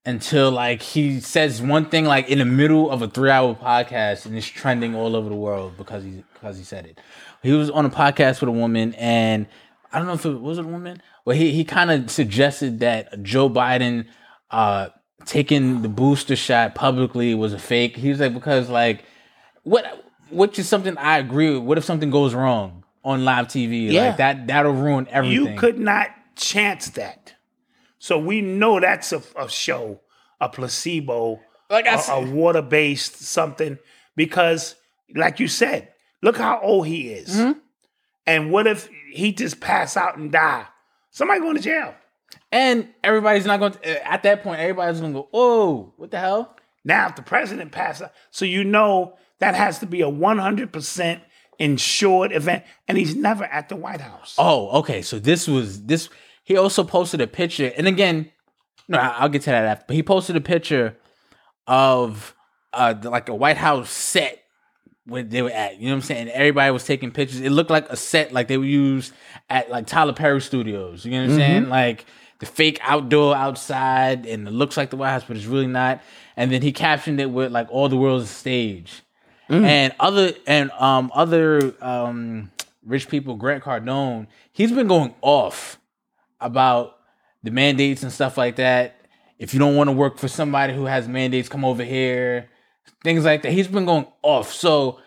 C: until like he says one thing like in the middle of a three hour podcast and it's trending all over the world because he because he said it. He was on a podcast with a woman and I don't know if it was it a woman, but he he kind of suggested that Joe Biden uh taking the booster shot publicly was a fake. He was like because like what which is something I agree with. What if something goes wrong on live TV?
D: Yeah.
C: Like that that'll ruin everything.
D: You could not chance that. So we know that's a, a show, a placebo,
C: Like I
D: a-
C: said-
D: a, water based something, because, like you said, look how old he is. And what if he just pass out and die? Somebody going to jail.
C: and everybody's not going to at that point everybody's going to go, "Oh, what the hell?"
D: Now, if the president passes, so you know that has to be a 100% insured event. And he's never at the White House.
C: Oh, okay. So this was this. He also posted a picture, and again, no, I- I'll get to that after. But he posted a picture of uh the- like a White House set where they were at. You know what I'm saying? Everybody was taking pictures. It looked like a set like they would use at like Tyler Perry Studios. You know what I'm saying? Like the fake outdoor outside, and it looks like the White House, but it's really not. And then he captioned it with like all the world's a stage.
D: Mm.
C: And other and um other um rich people, Grant Cardone, he's been going off about the mandates and stuff like that. If you don't want to work for somebody who has mandates, come over here, things like that. He's been going off. So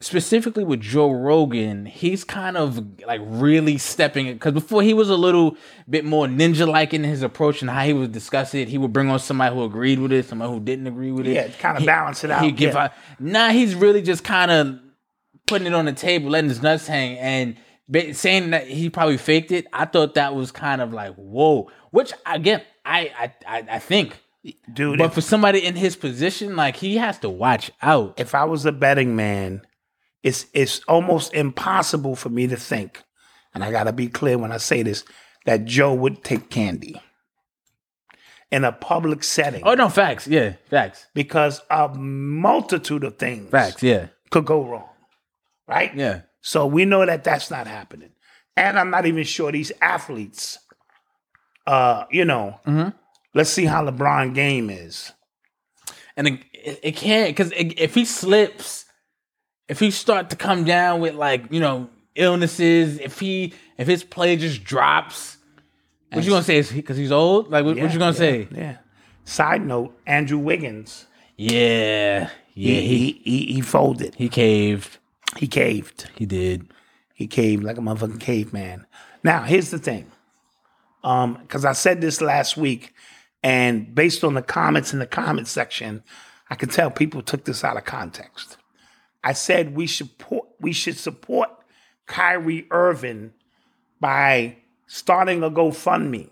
C: specifically with Joe Rogan, he's kind of like really stepping it because before he was a little bit more ninja like in his approach and how he would discuss it. He would bring on somebody who agreed with it, somebody who didn't agree with it.
D: Yeah, kinda
C: He-
D: balance it out,
C: He'd give
D: yeah.
C: out- Now he's really just kind of putting it on the table, letting his nuts hang, and ba- saying that he probably faked it. I thought that was kind of like whoa, which again, I I I, I think.
D: Dude,
C: But
D: if-
C: for somebody in his position, like he has to watch out.
D: if I was a betting man, it's it's almost impossible for me to think, and I gotta be clear when I say this, that Joe would take candy in a public setting
C: Oh no, facts. Yeah, facts.
D: because a multitude of things
C: Facts. Yeah.
D: could go wrong, right?
C: Yeah.
D: So we know that that's not happening, and I'm not even sure these athletes, uh, you know, let's see how LeBron game is.
C: And it, it, it can't because if he slips, if he start to come down with like you know illnesses, if he if his play just drops, what you gonna say is because he's old? Like what, what you
D: Yeah,
C: gonna
D: yeah,
C: say?
D: Yeah. Side note: Andrew Wiggins.
C: Yeah, yeah.
D: he,
C: He
D: he, he, he folded.
C: he caved.
D: He caved.
C: He did.
D: He caved like a motherfucking caveman. Now, here's the thing. Um, because I said this last week, and based on the comments in the comment section, I could tell people took this out of context. I said we should support we should support Kyrie Irving by starting a GoFundMe.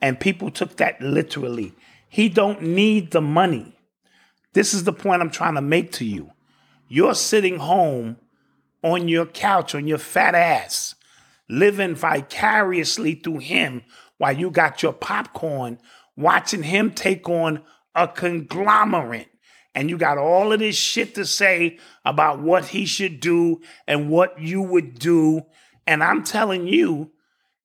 D: And people took that literally. He don't need the money. This is the point I'm trying to make to you. You're sitting home on your couch on your fat ass, living vicariously through him while you got your popcorn, watching him take on a conglomerate. And you got all of this shit to say about what he should do and what you would do. And I'm telling you,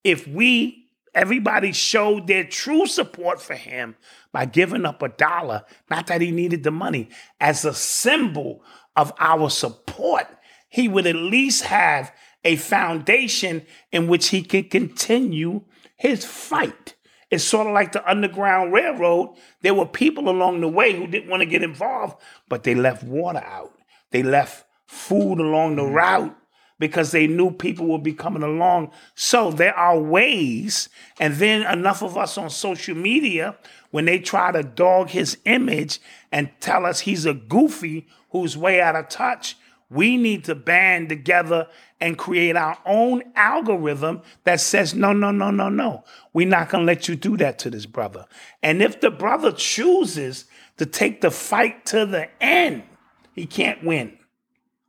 D: if we everybody showed their true support for him by giving up a dollar not that he needed the money as a symbol of our support he would at least have a foundation in which he can continue his fight it's sort of like the underground railroad there were people along the way who didn't want to get involved but they left water out they left food along the route because they knew people would be coming along. So there are ways, and then enough of us on social media, when they try to dog his image and tell us he's a goofy who's way out of touch, We need to band together and create our own algorithm that says, no, no, no, no, no. We're not going to let you do that to this brother. And if the brother chooses to take the fight to the end, he can't win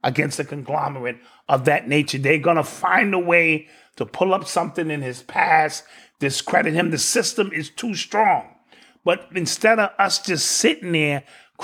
D: against a conglomerate of that nature. They're going to find a way to pull up something in his past, discredit him. The system is too strong. But instead of us just sitting there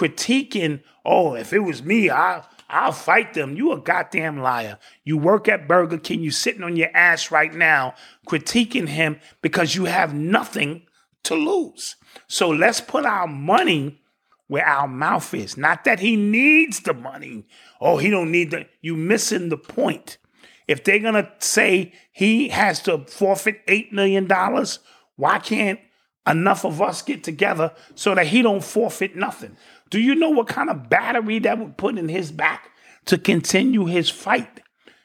D: critiquing, oh, if it was me, I I'll fight them. You a goddamn liar. You work at Burger King, you sitting on your ass right now critiquing him because you have nothing to lose. So let's put our money where our mouth is. Not that he needs the money. Oh, he don't need the you missing the point. If they're gonna say he has to forfeit eight million dollars, why can't enough of us get together so that he don't forfeit nothing? Do you know what kind of battery that would put in his back to continue his fight?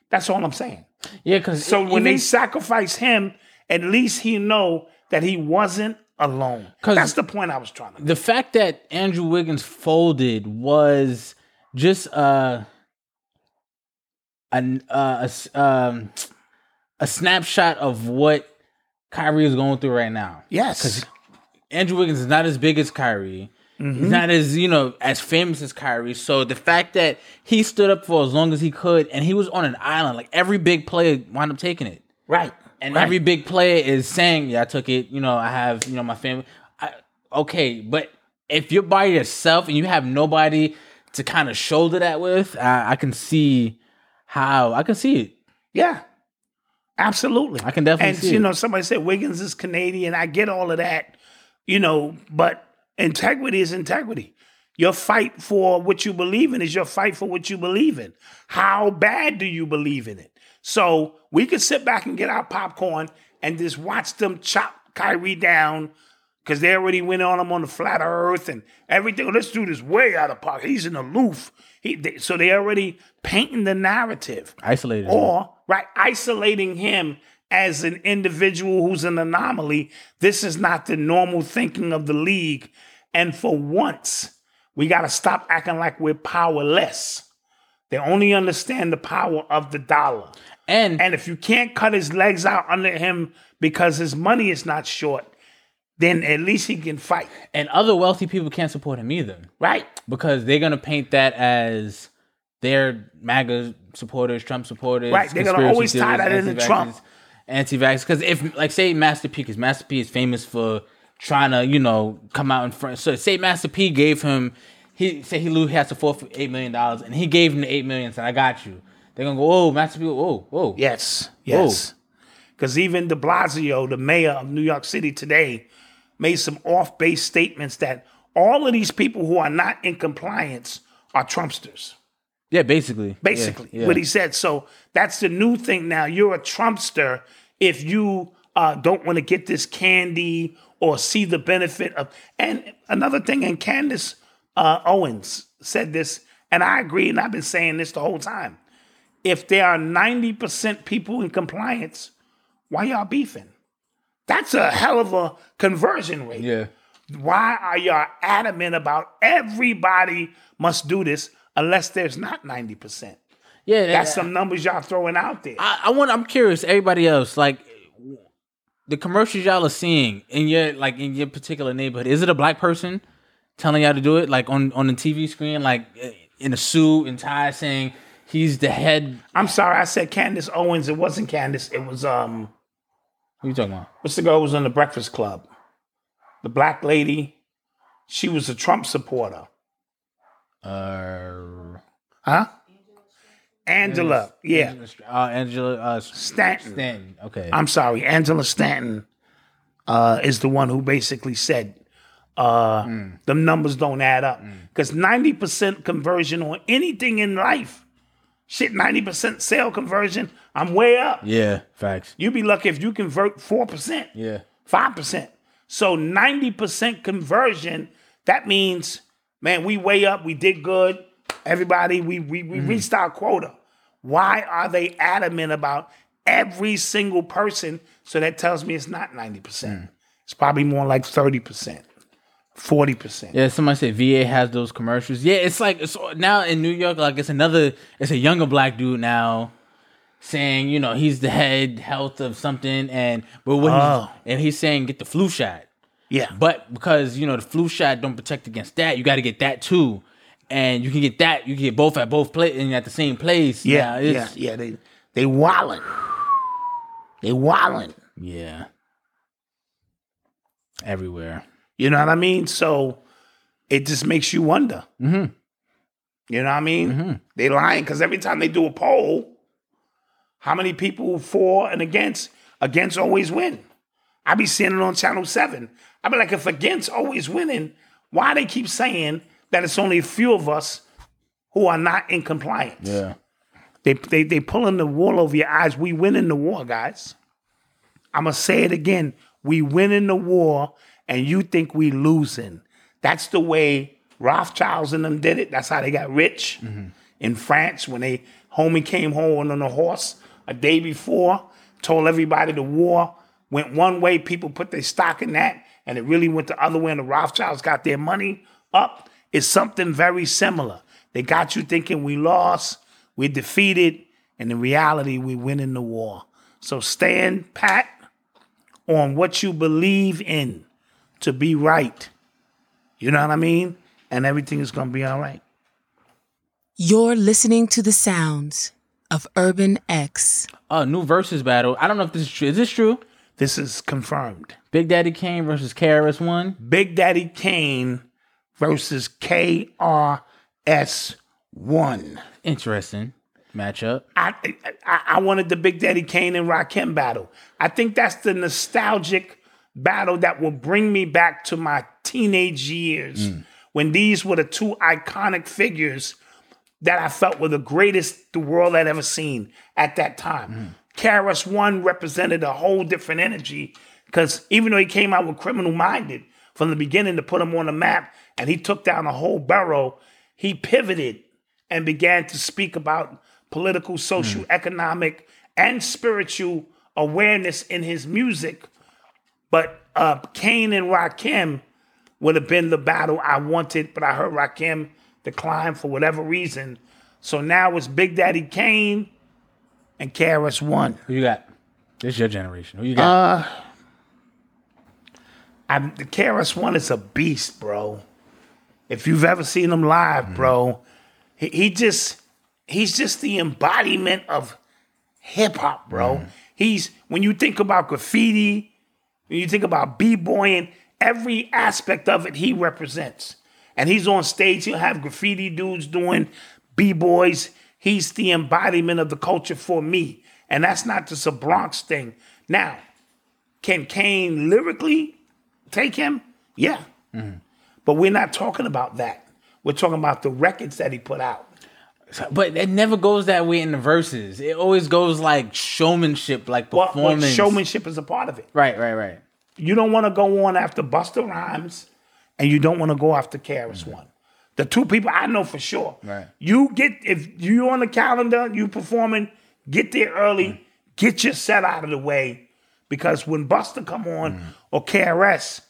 D: That's all I'm saying.
C: Yeah, because
D: So when they sacrifice him, at least he know that he wasn't alone.
C: 'Cause-
D: That's the point I was trying to make.
C: the fact that Andrew Wiggins folded was just uh, an, uh, a s- um, a snapshot of what Kyrie is going through right now.
D: Yes.
C: Andrew Wiggins is not as big as Kyrie. He's not as you know as famous as Kyrie. So the fact that he stood up for as long as he could, and he was on an island, like every big player wound up taking it.
D: Right.
C: And
D: Right.
C: every big player is saying, "Yeah, I took it. You know, I have you know my family." I, okay, but if you're by yourself and you have nobody to kind of shoulder that with, I, I can see how I can see it.
D: Yeah, absolutely.
C: I can definitely
D: and
C: see
D: you
C: it.
D: know somebody said Wiggins is Canadian. I get all of that, you know, but integrity is integrity. Your fight for what you believe in is your fight for what you believe in. How bad do you believe in it? So we could sit back and get our popcorn and just watch them chop Kyrie down because they already went on him on the flat earth and everything. Let's do this way out of pocket. He's in the loof. He, they, so they already painting the narrative
C: Isolated.
D: or right isolating him as an individual who's an anomaly this is not the normal thinking of the league and for once we got to stop acting like we're powerless they only understand the power of the dollar
C: and
D: and if you can't cut his legs out under him because his money is not short then at least he can fight
C: and other wealthy people can't support him either.
D: right
C: because they're gonna paint that as their MAGA supporters, Trump supporters,
D: Right, they're gonna
C: conspiracy
D: always tie that
C: theorists,
D: into
C: anti-vaxxers,
D: Trump.
C: Anti-vax, because if like say Master P, because Master P is famous for trying to you know come out in front. So say Master P gave him, he say he lo- he has to forfeit eight million dollars, and he gave him the eight million. Said I got you. They're gonna go, oh Master P, whoa, whoa,
D: Yes, yes. Because even de Blasio, the mayor of New York City today, made some off base statements that all of these people who are not in compliance are Trumpsters,
C: yeah, basically, Yeah,
D: basically,
C: yeah.
D: what he said. So that's the new thing now. You're a Trumpster if you uh, don't want to get this candy or see the benefit of. And another thing, and Candace uh, Owens said this, and I agree, and I've been saying this the whole time if there are 90% people in compliance, why y'all beefing? That's a hell of a conversion rate.
C: yeah.
D: Why are y'all adamant about everybody must do this unless there's not 90%?
C: Yeah,
D: That's
C: that-
D: some numbers y'all throwing out there.
C: I, I want. I'm curious. Everybody else, like the commercials y'all are seeing in your like in your particular neighborhood, is it a black person telling y'all to do it? Like on on the TV screen, like eh, in a suit and tie, saying he's the head.
D: I'm sorry, I said Candace Owens. It wasn't Candace. It was um
C: What you talking about?
D: what's the girl who was on the Breakfast Club? The black lady. She was a Trump supporter.
C: Uh,
D: Huh? Angela. Yeah.
C: Angela Str- uh, Angela uh, S-
D: Stanton.
C: Stanton. Okay.
D: I'm sorry, Angela Stanton uh, is the one who basically said uh,
C: Mm.
D: the numbers don't add up because 90% conversion on anything in life, shit, 90% sale conversion, I'm way up.
C: yeah. Facts.
D: You'd be lucky if you convert 4%,
C: Yeah.
D: 5%. So 90% conversion, that means, man, we way up, we did good. Everybody, we, we,
C: Mm.
D: we reached our quota. Why are they adamant about every single
C: Mm.
D: person? So that tells me it's not 90%. It's probably more like 30%. Forty percent.
C: Yeah, somebody said VA has those commercials. Yeah, it's like it's now in New York, like it's another, it's a younger black dude now saying, you know, he's the head health of something, and but what
D: Oh.
C: he's, and he's saying get the flu shot,
D: Yeah.
C: but because you know the flu shot don't protect against that, you got to get that too, and you can get that, you can get both at both place and at the same place.
D: yeah,
C: Now,
D: yeah,
C: it's-
D: yeah. They they wildin'. They wildin'.
C: yeah, everywhere.
D: You know what I mean? So it just makes you wonder.
C: Mhm.
D: You know what I mean? They lying because every time they do a poll, how many people for and against? Against always win. I be seeing it on Channel Seven. I be like, if against always winning, why they keep saying that it's only a few of us who are not in compliance?
C: Yeah,
D: They they they pulling the wool over your eyes. We winning the war, guys. I'ma say it again. We winning the war, and you think we losing. That's the way Rothschilds and them did it. That's how they got rich in France when they homie came home on a horse a day before, told everybody the war went one way, people put their stock in that, and it really went the other way, and the Rothschilds got their money up. It's something very similar. They got you thinking we lost, we're defeated, and in reality, we winning the war. So stand pat on what you believe in to be right. You know what I mean? And everything is going to be all right.
F: You're listening to the sounds of Urban X.
C: oh, new versus battle. I don't know if this is true. Is this true?
D: This is confirmed.
C: Big Daddy Kane versus KRS One.
D: Big Daddy Kane versus KRS1.
C: Interesting matchup.
D: I, I I wanted the Big Daddy Kane and Rakim battle. I think that's the nostalgic battle that will bring me back to my teenage years when these were the two iconic figures that I felt were the greatest the world had ever seen at that time. Karis One represented a whole different energy because even though he came out with criminal minded from the beginning to put him on the map and he took down a whole borough, he pivoted and began to speak about political, social, economic, and spiritual awareness in his music. But uh, Kane and Rakim would have been the battle I wanted, but I heard Rakim decline for whatever reason. So now it's Big Daddy Kane and Karis One.
C: Who you got? This your generation. Who you got?
D: I'm, the Karis One is a beast, bro. If you've ever seen him live, bro, he, he just he's just the embodiment of hip hop, bro. He's when you think about graffiti, when you think about b-boying, every aspect of it he represents. And he's on stage, he'll have graffiti dudes doing b-boys. He's the embodiment of the culture for me. And that's not just a Bronx thing. Now, can Kane lyrically take him? Yeah. But we're not talking about that. We're talking about the records that he put out.
C: but it never goes that way in the verses. It always goes like showmanship, like
D: Well, well,
C: performance.
D: showmanship is a part of it.
C: Right, right, right.
D: You don't want to go on after Buster Rhymes, and you don't want to go after Karis One. The two people I know for sure.
C: Right.
D: You get if you on the calendar, you performing, get there early, get your set out of the way, because when Buster come on or KRS,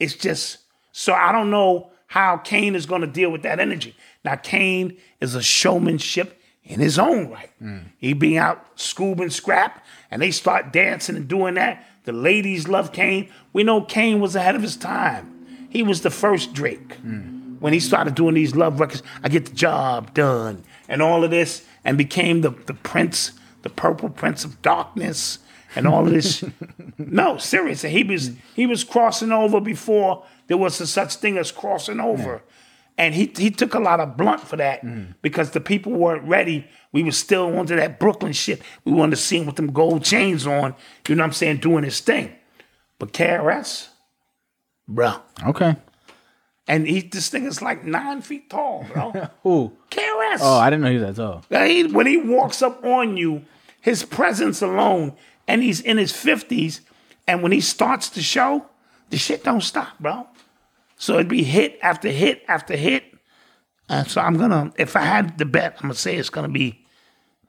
D: it's just so I don't know how Kane is going to deal with that energy. Now Kane is a showmanship in his own right. He being out scoobing scrap, and they start dancing and doing that. The ladies love Kane. We know Kane was ahead of his time. He was the first Drake when he started doing these love records, I get the job done and all of this, and became the, the prince, the purple prince of darkness, and all of this. no, seriously, he was he was crossing over before there was a such thing as crossing over. And he he took a lot of blunt for that because the people weren't ready. We were still onto that Brooklyn shit. We wanted to see him with them gold chains on, you know what I'm saying, doing his thing. But KRS, bruh.
C: Okay.
D: And he, this thing is like nine feet tall, bro.
C: Who?
D: KRS.
C: Oh, I didn't know he was that tall.
D: Like, he- when he walks up on you, his presence alone, and he's in his 50s, and when he starts the show, the shit don't stop, bro. So it'd be hit after hit after hit. And so I'm going to, if I had the bet, I'm going to say it's going to be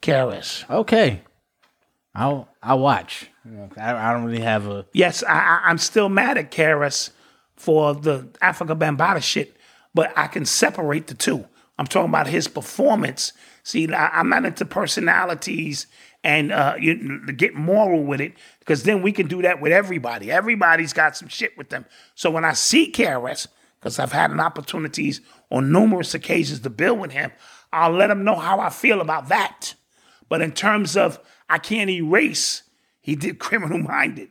D: KRS.
C: Okay. I'll I'll watch. You know, I, I don't really have a
D: Yes, I, I, I'm still mad at KRS for the Africa Bambata shit, but I can separate the two. I'm talking about his performance. See, I, I'm not into personalities and uh, you get moral with it because then we can do that with everybody. Everybody's got some shit with them. So when I see KRS, because I've had an opportunities on numerous occasions to build with him, I'll let him know how I feel about that. But in terms of I can't erase, he did criminal minded.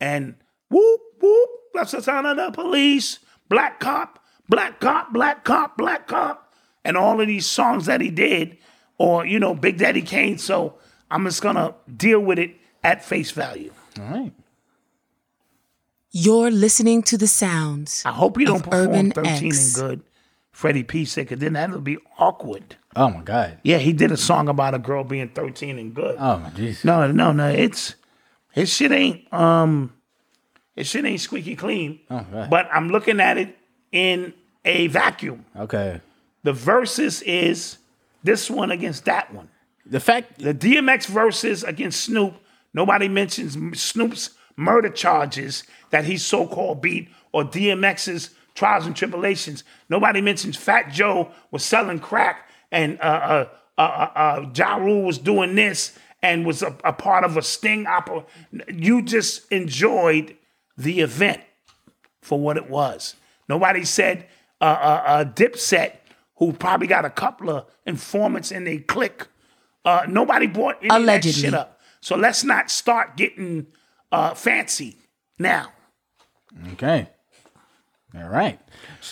D: And whoop, whoop, that's the sound of the police, black cop, black cop, black cop, black cop. And all of these songs that he did, or, you know, Big Daddy Kane. So I'm just gonna deal with it at face value.
C: All right.
F: You're listening to the sounds.
D: I hope you don't
F: Of
D: perform
F: Urban
D: 13
F: X.
D: and good, Freddie P. Sicker. Then that'll be awkward.
C: Oh my god.
D: Yeah, he did a song about a girl being 13 and good.
C: Oh my jeez.
D: No, no, no. It's his shit ain't um his shit ain't squeaky clean.
C: right.
D: But I'm looking at it in a vacuum.
C: Okay.
D: The verses is this one against that one.
C: The fact.
D: The DMX verses against Snoop. Nobody mentions M- Snoop's murder charges that he so-called beat or DMX's trials and tribulations. Nobody mentions Fat Joe was selling crack and uh, uh, uh, uh, uh, Ja Rule was doing this and was a, a part of a sting opera. You just enjoyed the event for what it was. Nobody said uh, uh, uh, Dipset, who probably got a couple of informants in their clique. Uh, nobody brought any of that
F: Allegedly.
D: shit up. So let's not start getting uh, fancy now.
C: Okay. All right.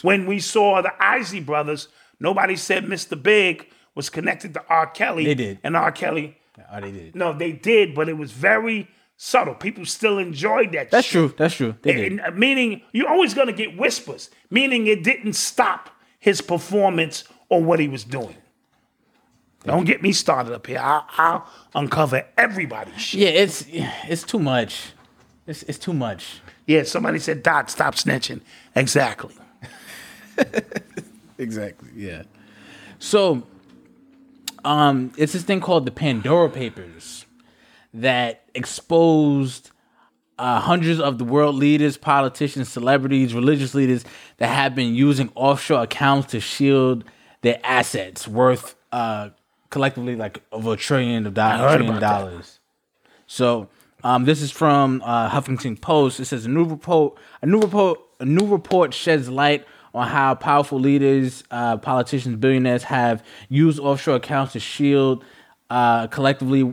D: When we saw the Isley brothers, nobody said Mr. Big was connected to R. Kelly.
C: They did.
D: And R. Kelly,
C: Oh, they did.
D: no, they did, but it was very subtle. People still enjoyed that
C: That's
D: shit.
C: true. That's true. They did.
D: And, uh, meaning you're always going to get whispers, meaning it didn't stop his performance or what he was doing. Don't get me started up here. I'll, I'll uncover everybody's shit.
C: Yeah, it's it's too much. It's it's too much.
D: Yeah, somebody said, Dot, stop snitching. Exactly.
C: Exactly. Yeah. So, um, it's this thing called the Pandora Papers that exposed uh, hundreds of the world leaders, politicians, celebrities, religious leaders that have been using offshore accounts to shield their assets worth uh, collectively like over a trillion of dollars. Trillion dollars. So um, this is from uh, Huffington Post. It says a new report, a new report, a new report sheds light on how powerful leaders, uh, politicians, billionaires have used offshore accounts to shield uh, collectively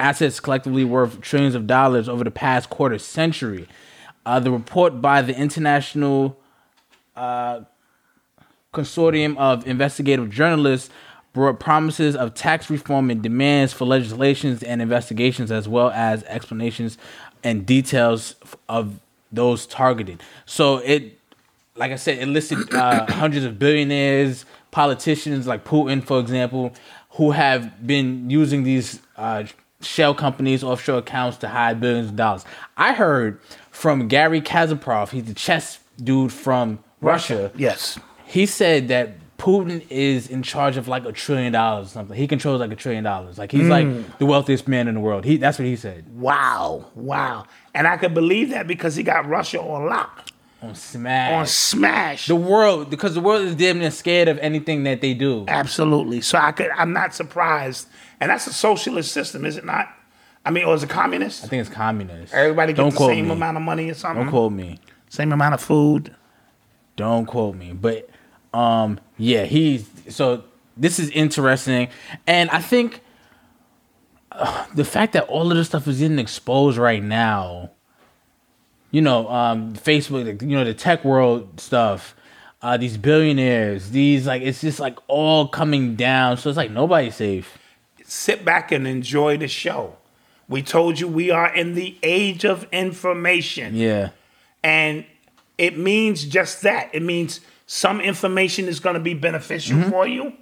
C: assets collectively worth trillions of dollars over the past quarter century. Uh, the report by the International consortium of investigative journalists brought promises of tax reform and demands for legislations and investigations, as well as explanations and details f- of those targeted. So it, like I said, it listed uh, hundreds of billionaires, politicians like Putin, for example, who have been using these uh, shell companies, offshore accounts to hide billions of dollars. I heard from Gary Kazaprov, he's the chess dude from Russia
D: Yes.
C: he said that Putin is in charge of like a trillion dollars or something. He controls like a trillion dollars. Like he's
D: Mm.
C: like the wealthiest man in the world. He that's what he said.
D: Wow. Wow. And I could believe that because he got Russia on lock,
C: On
D: on
C: smash.
D: smash.
C: the world because the world is damn near scared of anything that they do.
D: Absolutely. So I could. I'm not surprised. And that's a socialist system, is it not? I mean, or is it communist?
C: I think it's communist.
D: Everybody
C: Don't
D: gets the
C: quote
D: same
C: me.
D: amount of money or something.
C: Don't quote me.
D: Same amount of food.
C: Don't quote me. But um yeah, he so this is interesting. And I think uh, the fact that all of this stuff is getting exposed right now, you know, um Facebook, like, you know, the tech world stuff, uh these billionaires, these like it's just like all coming down. So it's like nobody's safe.
D: Sit back and enjoy the show. We told you we are in the age of information.
C: Yeah.
D: And it means just that. It means some information is going to be beneficial for you,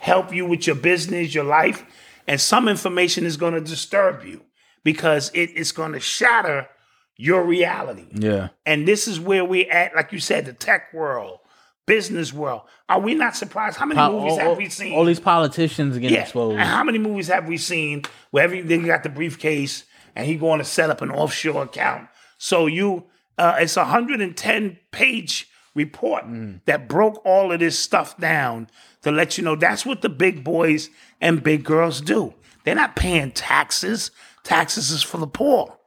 D: help you with your business, your life, and some information is going to disturb you because it is going to shatter your reality.
C: Yeah.
D: And this is where we at, like you said, the tech world, business world. Are we not surprised? How many movies
C: all,
D: have we seen?
C: all these politicians getting
D: yeah. Uh-huh.
C: exposed.
D: And how many movies have we seen where every they got the briefcase and he going to set up an offshore account? So you Uh, it's a 110 page report
C: Mm.
D: that broke all of this stuff down to let you know that's what the big boys and big girls do. They're not paying taxes. Taxes is for the poor.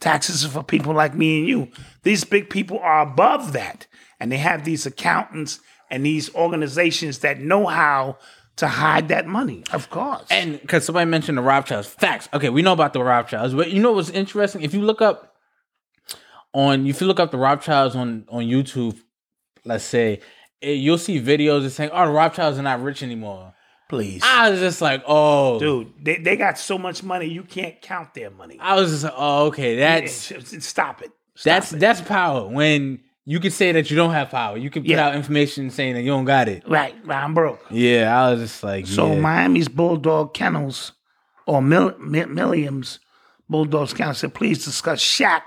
D: Taxes are for people like me and you. These big people are above that. And they have these accountants and these organizations that know how to hide that money, of course.
C: And because somebody mentioned the Rothschilds, facts. Okay, we know about the Rothschilds, but you know what's interesting? If you look up on, if you look up the Rothschilds on on YouTube, let's say, eh, you'll see videos that saying, "Oh, the Rothschilds are not rich anymore."
D: please.
C: I was just like, "Oh,
D: Dude, they, they got so much money, you can't count their money.
C: I was just like, "Oh, okay, that's
D: It's- Stop it. Stop
C: that's
D: it.
C: that's power." When you can say that you don't have power, you can put
D: Yeah.
C: out information saying that you don't got it.
D: right. right, I'm broke.
C: Yeah, I was just like,
D: So
C: yeah.
D: Miami's Bulldog Kennels or Mil- Mi- Milliam's Bulldogs Kennels said, please discuss Shaq,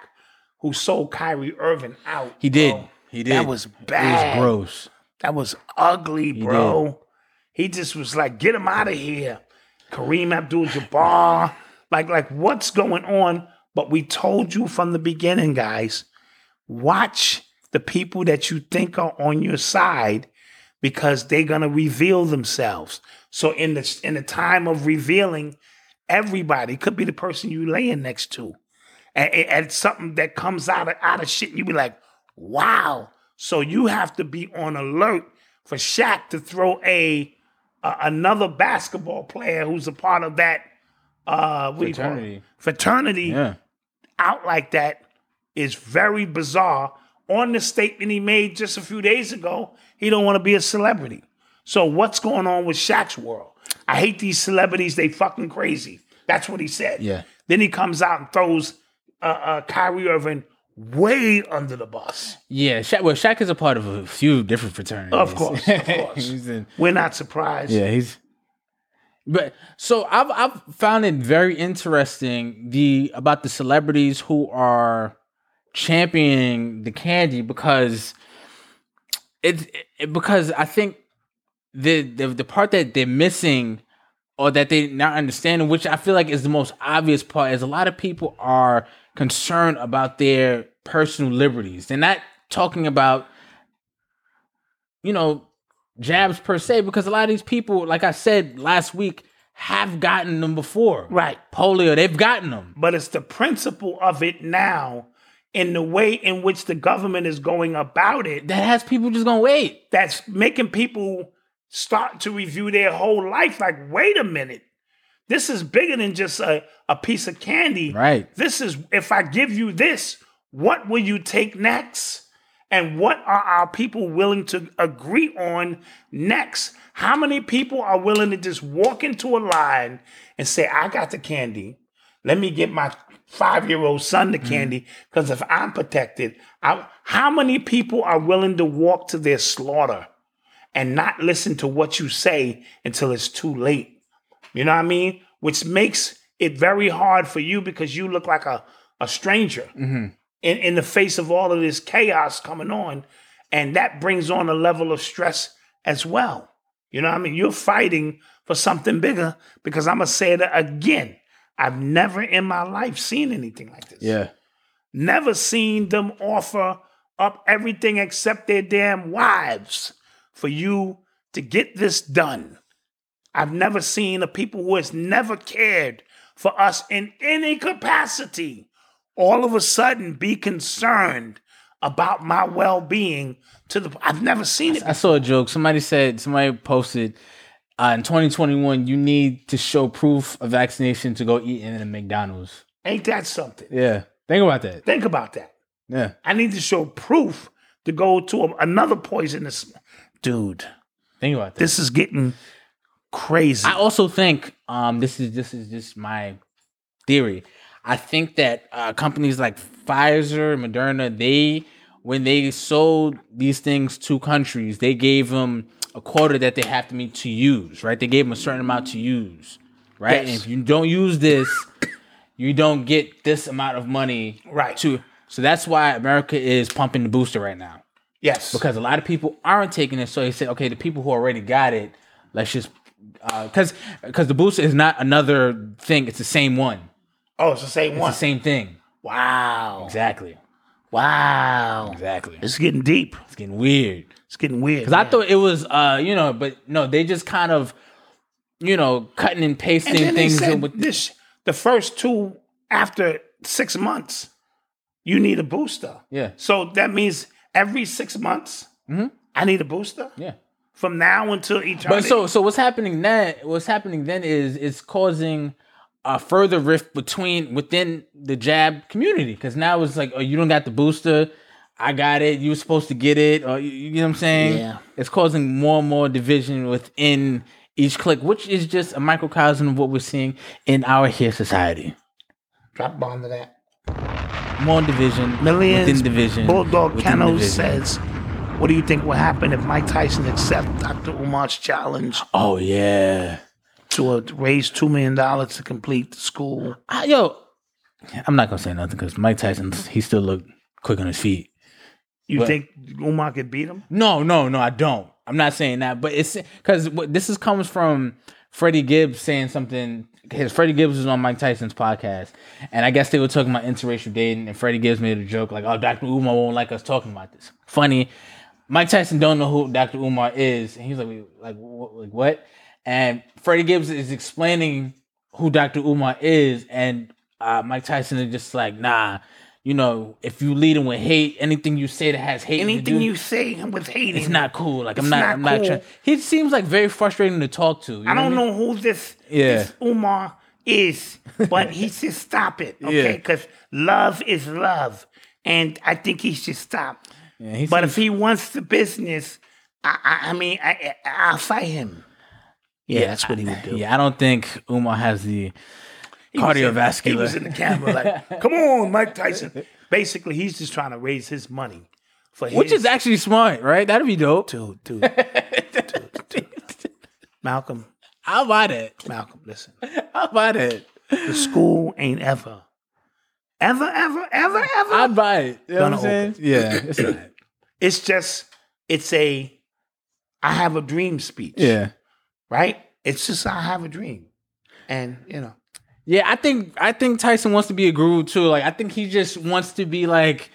D: who sold Kyrie Irving out.
C: he did,
D: bro.
C: he did.
D: Oh, That was
C: it was
D: bad.
C: gross.
D: That was ugly, bro. He just was like, get him out of here. Kareem Abdul Jabbar. Like, like, what's going on? But we told you from the beginning, guys, watch the people that you think are on your side because they're gonna reveal themselves. So in the in the time of revealing, everybody could be the person you laying next to. And, and it's something that comes out of out of shit, and you be like, wow. So you have to be on alert for Shaq to throw a, a another basketball player who's a part of that uh what do you call it?
C: Fraternity.
D: fraternity
C: Yeah,
D: out like that is very bizarre. On the statement he made just a few days ago, he don't want to be a celebrity. So what's going on with Shaq's world? I hate these celebrities. They fucking crazy. That's what he said.
C: Yeah.
D: Then he comes out and throws uh, uh, Kyrie Irving way under the bus.
C: yeah. Shaq, well, Shaq is a part of a few different fraternities.
D: Of course, of course.
C: He's in-
D: We're not surprised.
C: Yeah, he's. But so I've I've found it very interesting the about the celebrities who are championing the candy because it's it, because I think the, the the part that they're missing or that they not understanding, which I feel like is the most obvious part, is a lot of people are concerned about their personal liberties. They're not talking about you know jabs per se because a lot of these people, like I said last week, have gotten them before.
D: Right.
C: Polio, they've gotten them.
D: but it's the principle of it now and the way in which the government is going about it
C: That has people just gonna wait.
D: that's making people start to review their whole life like wait a minute this is bigger than just a, a piece of candy
C: Right.
D: this is if i give you this what will you take next and what are our people willing to agree on next how many people are willing to just walk into a line and say i got the candy let me get my five year old son the candy because if I'm protected, I, how many people are willing to walk to their slaughter and not listen to what you say until it's too late? You know what I mean? Which makes it very hard for you because you look like a, a stranger in, in the face of all of this chaos coming on. And that brings on a level of stress as well. You know what I mean? You're fighting for something bigger because I'm going to say it again. I've never in my life seen anything like this. Never seen them offer up everything except their damn wives for you to get this done. I've never seen a people who has never cared for us in any capacity all of a sudden be concerned about my well-being to the I've never seen it.
C: I saw a joke. Somebody said, somebody posted, uh, in 2021, you need to show proof of vaccination to go eat in a McDonald's.
D: Ain't that something?
C: Yeah. Think about that.
D: Think about that.
C: Yeah.
D: I need to show proof to go to a, another poisonous dude.
C: Think about that.
D: This is getting crazy.
C: I also think um, this is this is just my theory. I think that uh, companies like Pfizer, Moderna, they when they sold these things to countries, they gave them a quota that they have to meet to use. Right? They gave them a certain amount to use. Right? And
D: Yes.
C: if you don't use this, you don't get this amount of money.
D: Right.
C: To so that's why America is pumping the booster right now
D: yes.
C: because a lot of people aren't taking it. So he said, okay, the people who already got it, let's just because because the booster is not another thing; it's the same one,
D: Oh, it's the same
C: it's
D: one.
C: the same thing.
D: Wow.
C: Exactly.
D: Wow.
C: Exactly.
D: It's getting deep.
C: It's getting weird.
D: It's getting weird.
C: Because I thought it was, uh, you know, but no, they just kind of, you know, cutting and
D: and
C: pasting
D: then they
C: things.
D: said
C: in with,
D: this, the first two after six months, you need a booster.
C: Yeah.
D: So that means every six months, I need a booster
C: yeah.
D: from now until eternity.
C: Mm-hmm. But so, so what's happening then? What's happening then is it's causing a further rift between within the jab community because now it's like, oh, you don't got the booster. I got it. You were supposed to get it. Or you, you know what I'm saying?
D: Yeah.
C: It's causing more and more division within each clique, which is just a microcosm of what we're seeing in our here society.
D: drop bomb to that.
C: More division,
D: Millions
C: within division.
D: Bulldog
C: within
D: Kennel
C: division.
D: says, "What do you think will happen if Mike Tyson accepts Dr. Umar's challenge
C: "Oh yeah,
D: to uh, raise two million dollars to complete the school?"
C: I, yo." I'm not gonna say nothing because Mike Tyson, he still looked quick on his feet.
D: You
C: Well-
D: think Umar could beat him?
C: No, no, no, I don't. I'm not saying that, but it's because this is comes from Freddie Gibbs saying something. His Freddie Gibbs was on Mike Tyson's podcast, and I guess they were talking about interracial dating, and Freddie Gibbs made a joke like, "Oh, Dr. Umar won't like us talking about this." Funny. Mike Tyson don't know who Dr. Umar is, and he's like, "Wait, "Like, wh- like what?" And Freddie Gibbs is explaining who Dr. Umar is, and uh, Mike Tyson is just like, "Nah." You know, if you lead him with hate, anything you say that has hate, to
D: Anything
C: do-
D: you say with hating,
C: it's not cool. Like I'm
D: It's
C: not.
D: not
C: I'm not.
D: cool.
C: Trying. He seems like very frustrating to talk to. you
D: I don't
C: what
D: know who this,
C: Yeah.
D: this Umar is, but he should stop it, okay?
C: Yeah.
D: Because love is love, and I think he should stop.
C: I mean? Yeah, he
D: but
C: seems-
D: if he wants the business, I, I, I mean, I, I, I'll fight him. Yeah, that's what he would do.
C: yeah, I don't think Umar has the
D: He was in-
C: cardiovascular.
D: he was in the camera like, "Come on, Mike Tyson." Basically, he's just trying to raise his money for
C: which
D: his
C: is actually smart, right? That'd be dope.
D: dude, dude, dude, dude. Malcolm,
C: I'll buy that.
D: Malcolm, listen.
C: I'll buy that.
D: The school ain't ever, ever, ever, ever, ever.
C: I'd buy it. You know what I'm
D: Gonna
C: saying?
D: open.
C: Yeah, it's all right.
D: It's just, it's a, I have a dream speech.
C: yeah,
D: Right? It's just, I have a dream. And, you know,
C: yeah. I think I think Tyson wants to be a guru too. Like I think he just wants to be like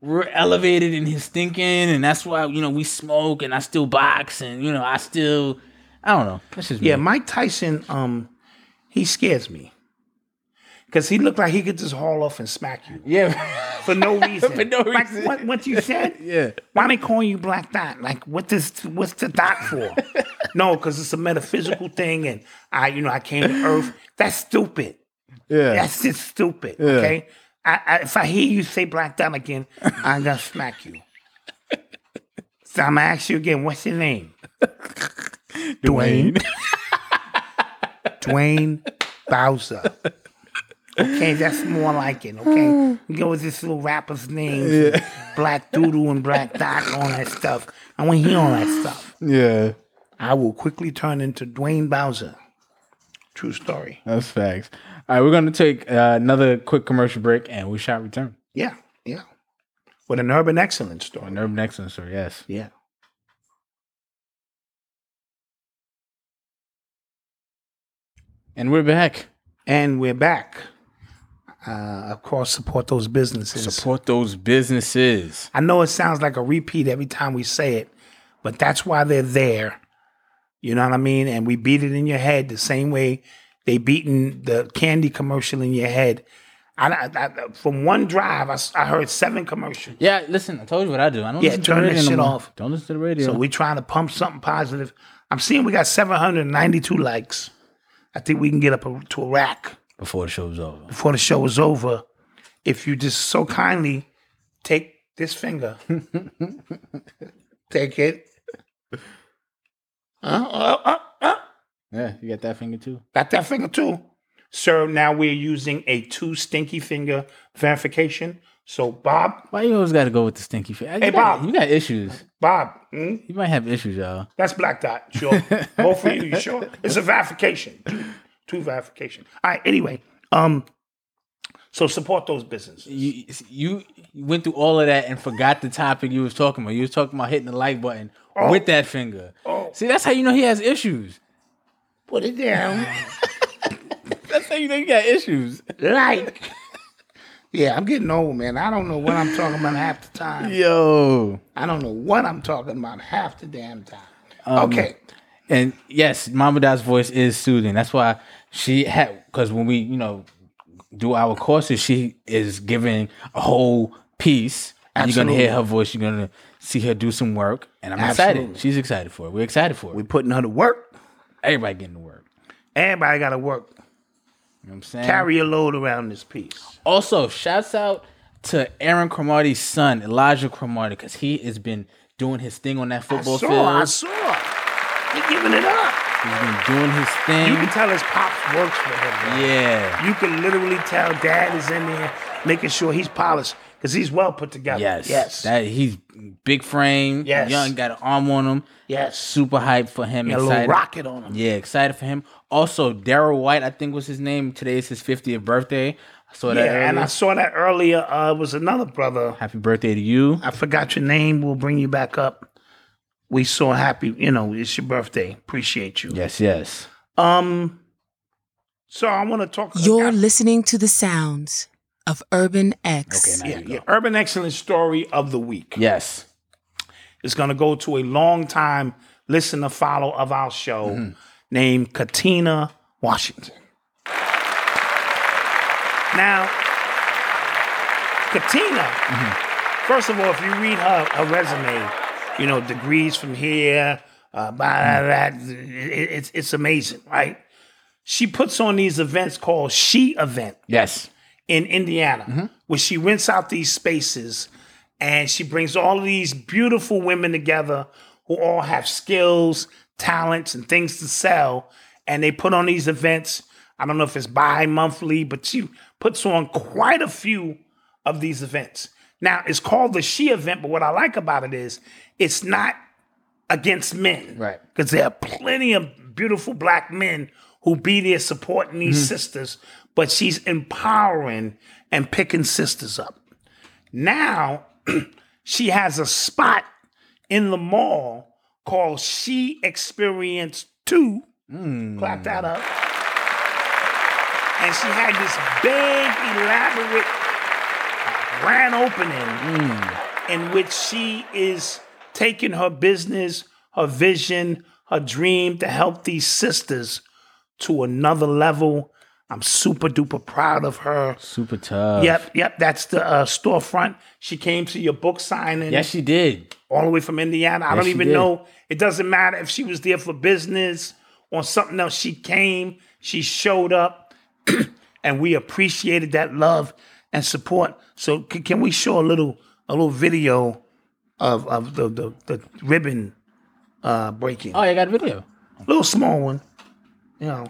C: re- elevated in his thinking, and that's why you know we smoke and I still box and you know I still I don't know. That's just me.
D: yeah, Mike Tyson, um, he scares me. Because he looked like he could just haul off and smack you
C: yeah.
D: for no reason.
C: For no
D: Like,
C: reason.
D: what, what you said?
C: Yeah.
D: Why they call you Black Dot? Like, what this? What's the dot for? no, because it's a metaphysical thing, and I, you know, I came to Earth. That's stupid.
C: Yeah.
D: That's just stupid. Okay. I, I, if I hear you say Black Dot again, I'm gonna smack you. So I'm gonna ask you again. What's your name? Dwayne. Dwayne Bowser. Okay, that's more like it. Okay, we go with this little rapper's name, Black Doodle and Black Dot, and all that stuff. I want to hear all that stuff.
C: Yeah,
D: I will quickly turn into Dwayne Bowser. True story.
C: that's facts. All right, we're going to take uh, another quick commercial break and we shall return.
D: Yeah, yeah. With an urban excellence story.
C: An urban excellence story, yes.
D: Yeah.
C: And we're back.
D: And we're back. Uh, of course, support those businesses.
C: Support those businesses.
D: I know it sounds like a repeat every time we say it, but that's why they're there. You know what I mean? And we beat it in your head the same way they beaten the candy commercial in your head. I, I, I- from one drive, I, s- I heard seven commercials.
C: Yeah, listen, I told you what I do. I don't
D: Yeah,
C: listen
D: turn
C: to the
D: that
C: radio no
D: shit
C: more.
D: off.
C: Don't listen to the radio.
D: So we're trying to pump something positive. I'm seeing we got 792 likes. I think we can get up a, to a rack
C: Before the show's over.
D: before the show is over. If you just so kindly take this finger, take it. Uh, uh, uh, uh.
C: Yeah, you got that finger too?
D: Got that finger too. Sir, now we're using a two stinky finger verification. So, Bob,
C: Why you always got to go with the stinky finger?
D: Hey, Bob.
C: You got issues.
D: Bob, hmm?
C: You might have issues, y'all.
D: That's black dot. Sure. Both of you, you sure? It's a verification. Two, two verification. All right. Anyway, um, so support those businesses.
C: You, you went through all of that and forgot the topic you was talking about. You was talking about hitting the like button
D: Oh.
C: with that finger. See, that's how you know he has issues.
D: Put it down.
C: That's how you know you got issues.
D: like. Yeah, I'm getting old, man. I don't know what I'm talking about half the time.
C: Yo.
D: I don't know what I'm talking about half the damn time. okay.
C: And yes, Mama Dot's voice is soothing. That's why she had because when we you know do our courses, she is giving a whole piece. And you're gonna hear her voice. You're gonna see her do some work, and I'm
D: Absolutely.
C: excited. She's excited for it. We're excited for it.
D: We're putting her to work.
C: Everybody getting to work.
D: Everybody got to work.
C: You know what I'm saying.
D: Carry a load around this piece.
C: Also, shouts out to Aaron Cromartie's son, Elijah Cromartie, because he has been doing his thing on that football
D: I saw,
C: field.
D: I saw. They're giving it up.
C: He's been doing his
D: You
C: thing.
D: can tell his pops works for him. man.
C: yeah.
D: You can literally tell dad is in there making sure he's polished because he's well put together.
C: Yes.
D: Yes.
C: That he's big frame.
D: Yes.
C: Young got an arm on him.
D: yes.
C: Super hype for him.
D: Got a little
C: excited.
D: rocket on him.
C: Yeah, excited for him. Also, Daryl White, I think was his name. Today is his 50th birthday. I saw that.
D: Yeah, and I
C: earlier.
D: saw that earlier. Uh, it was another brother.
C: Happy birthday to you.
D: I forgot your name. We'll bring you back up. We so happy. You know, it's your birthday. Appreciate you.
C: Yes, yes.
D: Um. So I want to talk.
F: You're
D: about-
F: listening to the sounds of Urban X.
C: Okay, now
D: yeah,
C: you go.
D: yeah. Urban excellence story of the week.
C: Yes.
D: is going to go to a long time listener follow of our show named Katina Washington. Now, Katina, first of all, if you read her, her resume, you know, degrees from here, uh, blah, blah, blah, it- it's, it's amazing, right? She puts on these events called She Event
C: Yes.
D: in Indiana, where she rents out these spaces and she brings all of these beautiful women together who all have skills, talents, and things to sell. And they put on these events. I don't know if it's bi monthly, but she puts on quite a few of these events. Now, it's called the She event, but what I like about it is it's not against men.
C: Right.
D: Because there are plenty of beautiful black men who be there supporting these sisters, but she's empowering and picking sisters up. Now she has a spot in the mall called She Experience 2. Clap that up. And she had this big, elaborate grand opening in which she is taking her business, her vision, her dream to help these sisters to another level. I'm super duper proud of her.
C: Super tough.
D: Yep, yep. That's the uh, storefront. She came to your book signing
C: Yes, she did.
D: all the way from Indiana. I
C: Yes,
D: don't
C: she
D: even
C: did.
D: know. It doesn't matter if she was there for business or something else. She came, she showed up, and we appreciated that love and support. So c- can we show a little a little video of of the the, the ribbon uh, breaking?
C: Oh, you got a video.
D: little small one, you know.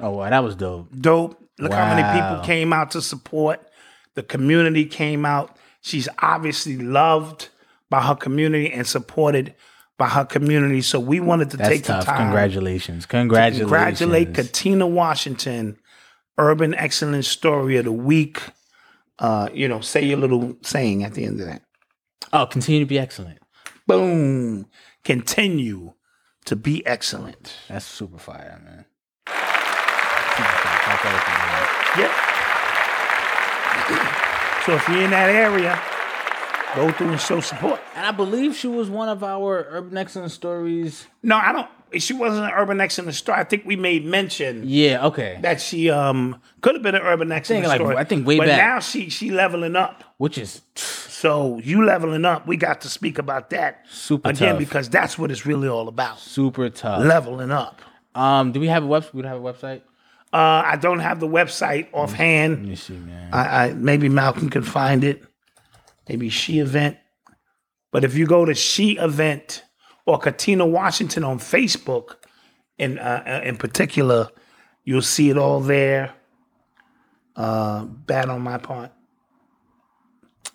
C: Oh, wow. That was dope.
D: dope. Look how many people
C: Wow.
D: came out to support. The community came out. She's obviously loved by her community and supported by her community. So we wanted to
C: That's
D: take
C: tough.
D: the time
C: Congratulations.
D: to
C: Congratulations.
D: congratulate Katina Washington, Urban Excellence Story of the Week. Uh, you know, say your little saying at the end of that.
C: Oh, continue to be excellent.
D: Boom. Continue to be excellent.
C: That's super fire, man. Super fire. Fuck everything, man.
D: Yep. So if you're in that area, go through and show support.
C: And I believe she was one of our Urban Excellence stories.
D: No, I don't. She wasn't an urban X in the store. I think we made mention
C: Yeah, okay.
D: that she um could have been an urban X in
C: think,
D: the
C: like,
D: store.
C: I think way
D: but
C: back.
D: now she she leveling up.
C: Which is
D: So you leveling up. We got to speak about that
C: Super
D: again
C: tough.
D: because that's what it's really all about.
C: super tough.
D: Leveling up.
C: Um, do we have a website? We don't have a website.
D: Uh, I don't have the website offhand.
C: You see, man.
D: I, I maybe Malcolm can find it. Maybe she event. But if you go to she event or Katina Washington on Facebook, in uh, in uh, particular, You'll see it all there. Uh, bad on my part.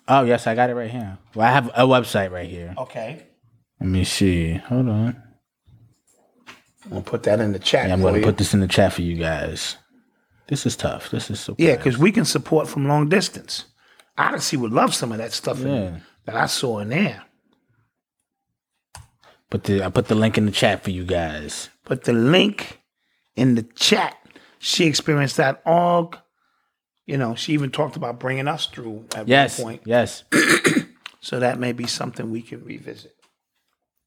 C: Oh yes, I got it right here. Well, I have a website right here.
D: Okay.
C: Let me see. Hold on.
D: I'm gonna put that in the chat.
C: Yeah, I'm
D: for
C: gonna
D: you.
C: put this in the chat for you guys. This is tough. This is so
D: Yeah, because we can support from long distance. Odyssey would love some of that stuff in-
C: Yeah.
D: that I saw in there.
C: Put the I put the link in the chat for you guys.
D: Put the link in the chat. She experienced that org. You know, she even talked about bringing us through at
C: Yes.
D: one point.
C: Yes.
D: So that may be something we can revisit.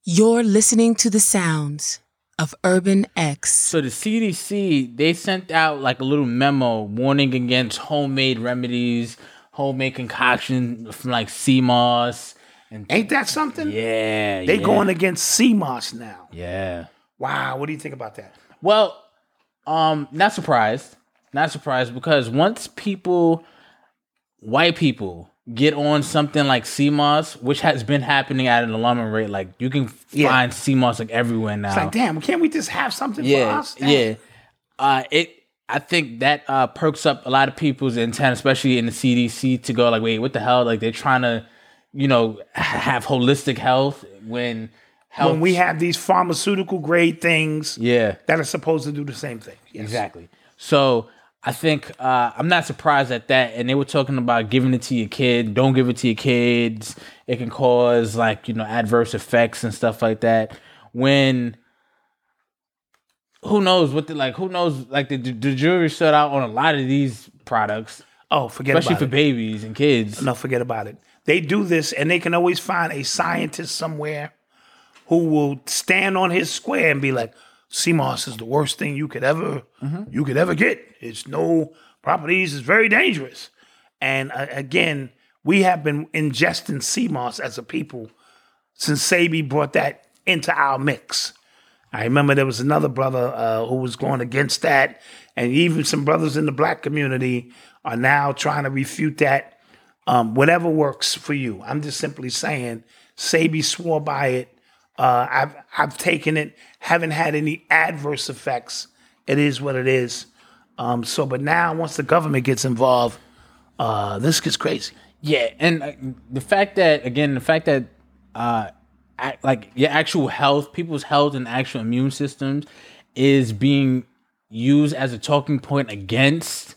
F: You're listening to the sounds of Urban X.
C: So the CDC they sent out like a little memo warning against homemade remedies, homemade concoction from like sea moss and
D: Ain't that something?
C: yeah.
D: They
C: yeah,
D: going against CMOS now.
C: yeah.
D: Wow, what do you think about that?
C: Well, um, not surprised. Not surprised because once people, white people, get on something like CMOS, which has been happening at an alarming rate, like you can
D: Yeah.
C: find CMOS like everywhere now.
D: It's like, damn, can't we just have something for
C: yeah,
D: us? Damn.
C: yeah. Uh, it. I think that uh, perks up a lot of people's intent, especially in the CDC, to go like, wait, what the hell? Like they're trying to, you know, h- have holistic health when health.
D: When we have these pharmaceutical grade things
C: yeah.
D: that are supposed to do the same thing. Yes.
C: Exactly. So I think uh, I'm not surprised at that. And they were talking about giving it to your kid. Don't give it to your kids. It can cause like you know adverse effects and stuff like that. When who knows what the like? Who knows like the, the jury shut out on a lot of these products,
D: Oh, forget
C: especially
D: about
C: for
D: it.
C: babies and kids.
D: No, forget about it. They do this, and they can always find a scientist somewhere who will stand on his square and be like, "CMOS is the worst thing you could ever you could ever get. It's no properties. It's very dangerous." And uh, again, we have been ingesting CMOS as a people since Sabi brought that into our mix. I remember there was another brother uh, who was going against that, and even some brothers in the black community are now trying to refute that um, whatever works for you. I'm just simply saying, Sabi swore by it. Uh, I've I've taken it. Haven't had any adverse effects. It is what it is. Um, so, but now once the government gets involved, uh, this gets crazy.
C: Yeah, and uh, the fact that again, the fact that uh, ac like your actual health, people's health, and actual immune systems is being used as a talking point against,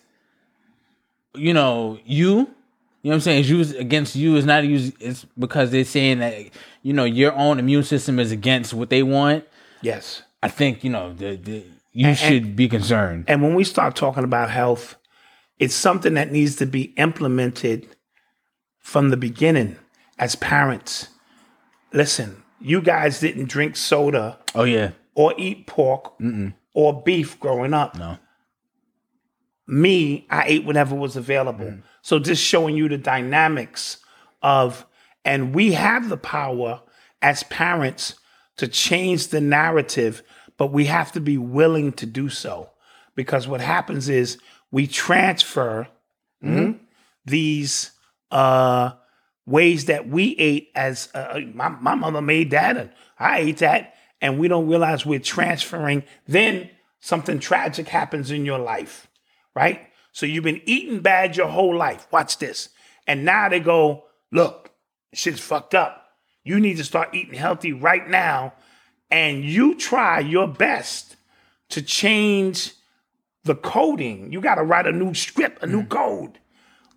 C: you know, you. You know what I'm saying? It's used against you. It's not used. It's because they're saying that you know your own immune system is against what they want.
D: Yes.
C: I think you know the, the you should be concerned.
D: And when we start talking about health, it's something that needs to be implemented from the beginning as parents. Listen, you guys didn't drink soda
C: Oh yeah,
D: or eat pork or beef growing up.
C: No.
D: Me, I ate whatever was available. So just showing you the dynamics of, and we have the power as parents to change the narrative, but we have to be willing to do so. Because what happens is we transfer mhm, these uh, ways that we ate as uh, my, my mother made that and I ate that and we don't realize we're transferring then something tragic happens in your life right so you've been eating bad your whole life watch this and now they go look shit's fucked up you need to start eating healthy right now and you try your best to change the coding you got to write a new script a new code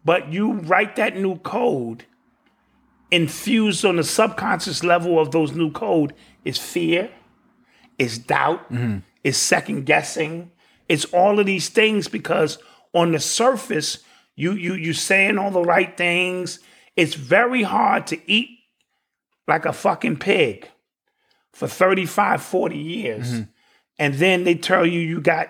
D: but you write that new code infused on the subconscious level of those new code is fear is doubt is second guessing it's all of these things because on the surface you you you saying all the right things it's very hard to eat like a fucking pig for 35 40 years and then they tell you you got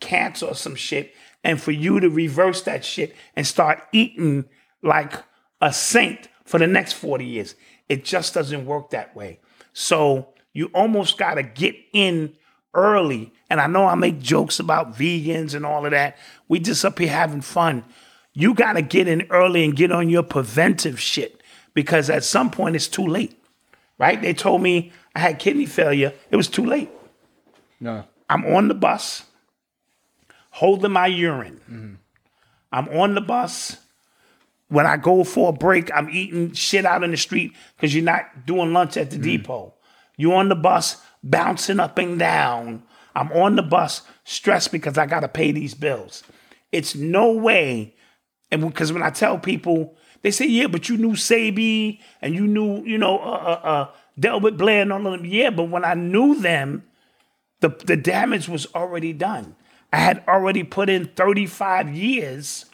D: cancer or some shit, and for you to reverse that shit and start eating like a saint for the next 40 years. It just doesn't work that way. So you almost got to get in early. And I know I make jokes about vegans and all of that. We just up here having fun. You got to get in early and get on your preventive shit because at some point it's too late, right? They told me I had kidney failure. It was too late.
C: no,
D: I'm on the bus. holding my urine. I'm on the bus. When I go for a break, I'm eating shit out in the street because you're not doing lunch at the depot. You're on the bus, bouncing up and down. I'm on the bus, stressed because I got to pay these bills. It's no way and because when I tell people, they say, "Yeah, but you knew Sabi and you knew, you know, uh, uh, uh, Delbert Blair and all of them." Yeah, but when I knew them, the the damage was already done. I had already put in thirty five years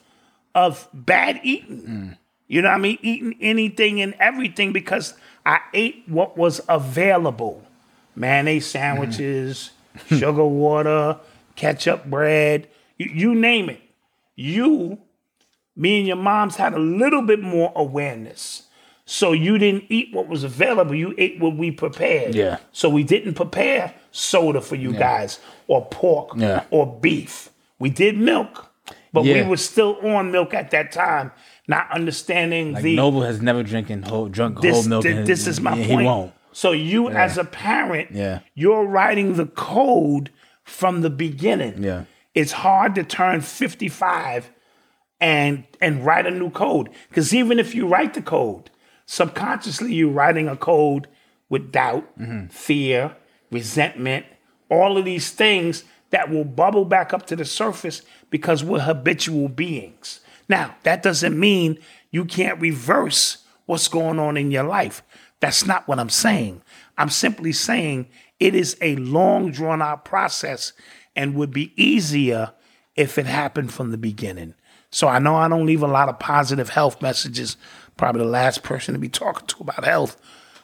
D: of bad eating. You know what I mean? Eating anything and everything because I ate what was available: mayonnaise sandwiches, sugar water, ketchup bread, you, you name it. You me and your moms had a little bit more awareness. So you didn't eat what was available. You ate what we prepared.
C: Yeah.
D: So we didn't prepare soda for you guys or pork
C: Yeah.
D: or beef. We did milk, but
C: Yeah.
D: we were still on milk at that time, not understanding
C: Like
D: the
C: Noble has never drinking whole drunk
D: this,
C: whole milk.
D: thi-
C: in his-
D: this is my
C: yeah,
D: point.
C: He won't.
D: So you as a parent,
C: Yeah.
D: you're writing the code from the beginning.
C: Yeah.
D: It's hard to turn 55 and and write a new code. Because even if you write the code, subconsciously you're writing a code with doubt, fear, resentment, all of these things that will bubble back up to the surface because we're habitual beings. Now, that doesn't mean you can't reverse what's going on in your life. That's not what I'm saying. I'm simply saying it is a long drawn out process and would be easier if it happened from the beginning. So I know I don't leave a lot of positive health messages. Probably the last person to be talking to about health.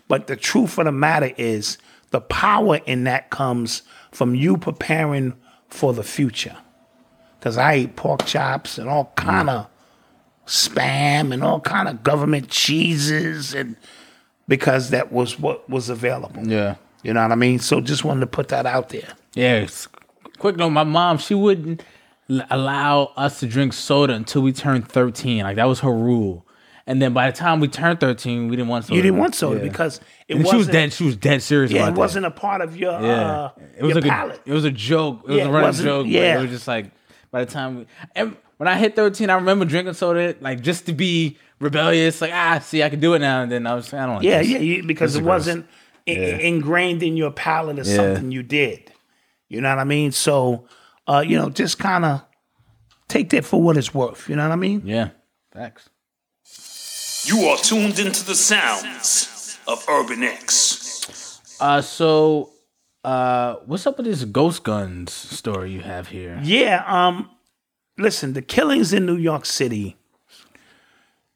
D: But the truth of the matter is the power in that comes from you preparing for the future. Cause I ate pork chops and all
C: Mm.
D: kind of spam and all kind of government cheeses and because that was what was available.
C: Yeah.
D: You know what I mean? So just wanted to put that out there.
C: Yeah. it's- Quick note, my mom, she wouldn't l- allow us to drink soda until we turned 13. Like that was her rule. And then by the time we turned 13, we didn't want soda.
D: You didn't want soda
C: Yeah.
D: because it
C: And
D: wasn't
C: she was dead. She was dead serious
D: Yeah,
C: about
D: it
C: that.
D: wasn't a part of your uh
C: it was
D: your
C: like
D: palate.
C: A, it was a joke. It was
D: Yeah,
C: a
D: it
C: running
D: wasn't-
C: joke. but
D: yeah.
C: it was just like by the time we, and when I hit thirteen, I remember drinking soda like just to be rebellious. Like ah, see, I can do it now. And then I was, I don't. Like
D: Yeah,
C: this.
D: yeah, you, because
C: This
D: it
C: is gross.
D: wasn't i- i- ingrained in your palate as something you did. You know what I mean? So, uh, you know, just kind of take that for what it's worth. You know what I mean?
C: yeah. Facts.
E: You are tuned into the sounds of Urban X.
C: Uh, so, uh, what's up with this ghost guns story you have here?
D: Yeah. Um, listen, the killings in New York City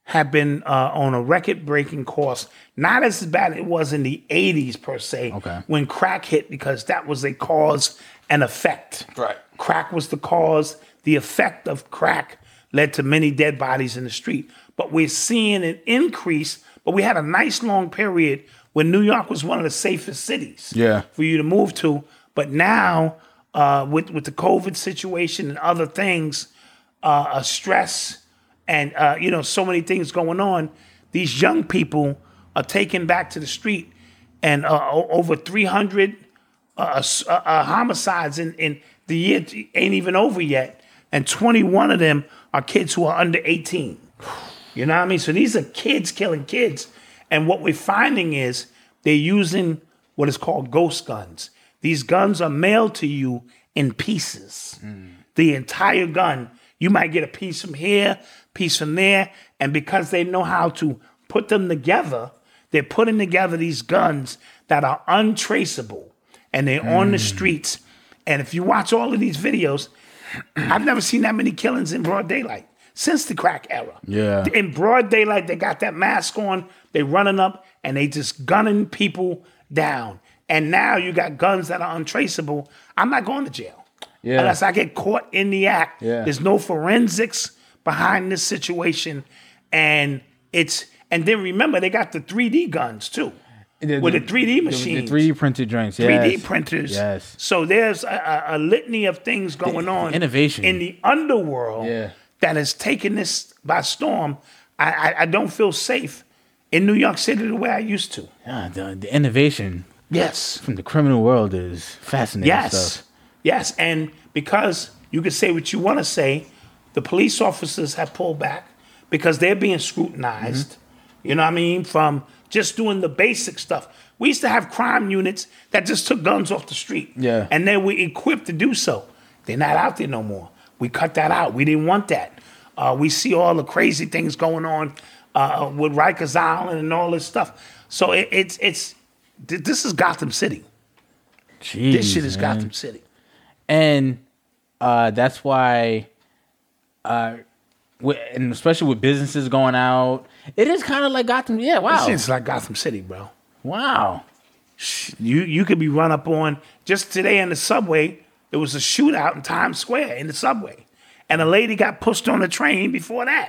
D: have been uh, on a record-breaking course. Not as bad it was in the '80s per se,
C: Okay.
D: when crack hit, because that was a cause and effect.
C: Right.
D: Crack was the cause. The effect of crack led to many dead bodies in the street. But we're seeing an increase. But we had a nice long period when New York was one of the safest cities
C: Yeah.
D: for you to move to. But now, uh, with with the COVID situation and other things, uh, uh, stress and uh, you know so many things going on, these young people are taken back to the street, and uh, o- over three hundred uh, s- uh, uh, homicides in in the year t- ain't even over yet, and twenty one of them are kids who are under eighteen. You know what I mean? So these are kids killing kids. And what we're finding is they're using what is called ghost guns. These guns are mailed to you in pieces. The entire gun. You might get a piece from here, piece from there. And because they know how to put them together, they're putting together these guns that are untraceable and they're on the streets. And if you watch all of these videos, I've never seen that many killings in broad daylight since the crack era.
C: Yeah.
D: In broad daylight, they got that mask on, they running up and they just gunning people down. And now you got guns that are untraceable. I'm not going to jail.
C: Yeah.
D: Unless I get caught in the act.
C: Yeah.
D: There's no forensics behind this situation. And it's and then remember they got the 3D guns too. with the 3D
C: machine,
D: machines.
C: the 3D printed joints,
D: 3D
C: yes.
D: printers.
C: Yes.
D: So there's a, a, a litany of things going on.
C: innovation.
D: In the underworld
C: Yeah.
D: that has taken this by storm. I, I, I don't feel safe in New York City the way I used to.
C: Yeah, the, the innovation
D: Yes.
C: from the criminal world is fascinating.
D: Yes.
C: stuff.
D: Yes. And because You can say what you want to say. The police officers have pulled back because they're being scrutinized.
C: Mm-hmm.
D: You know what I mean? From just doing the basic stuff. We used to have crime units that just took guns off the street.
C: Yeah.
D: And they were equipped to do so. They're not out there no more. We cut that out. We didn't want that. Uh, we see all the crazy things going on uh, with Rikers Island and all this stuff. So it, it's it's th- this is Gotham City.
C: Jeez,
D: This shit is
C: man.
D: Gotham City.
C: and uh, that's why, uh, wi- and especially with businesses going out, it is kind of like Gotham. Yeah,
D: This
C: wow,
D: shit's like Gotham City, bro.
C: wow.
D: You you could be run up on just today in the subway. There was a shootout in Times Square in the subway, and a lady got pushed on a train before that.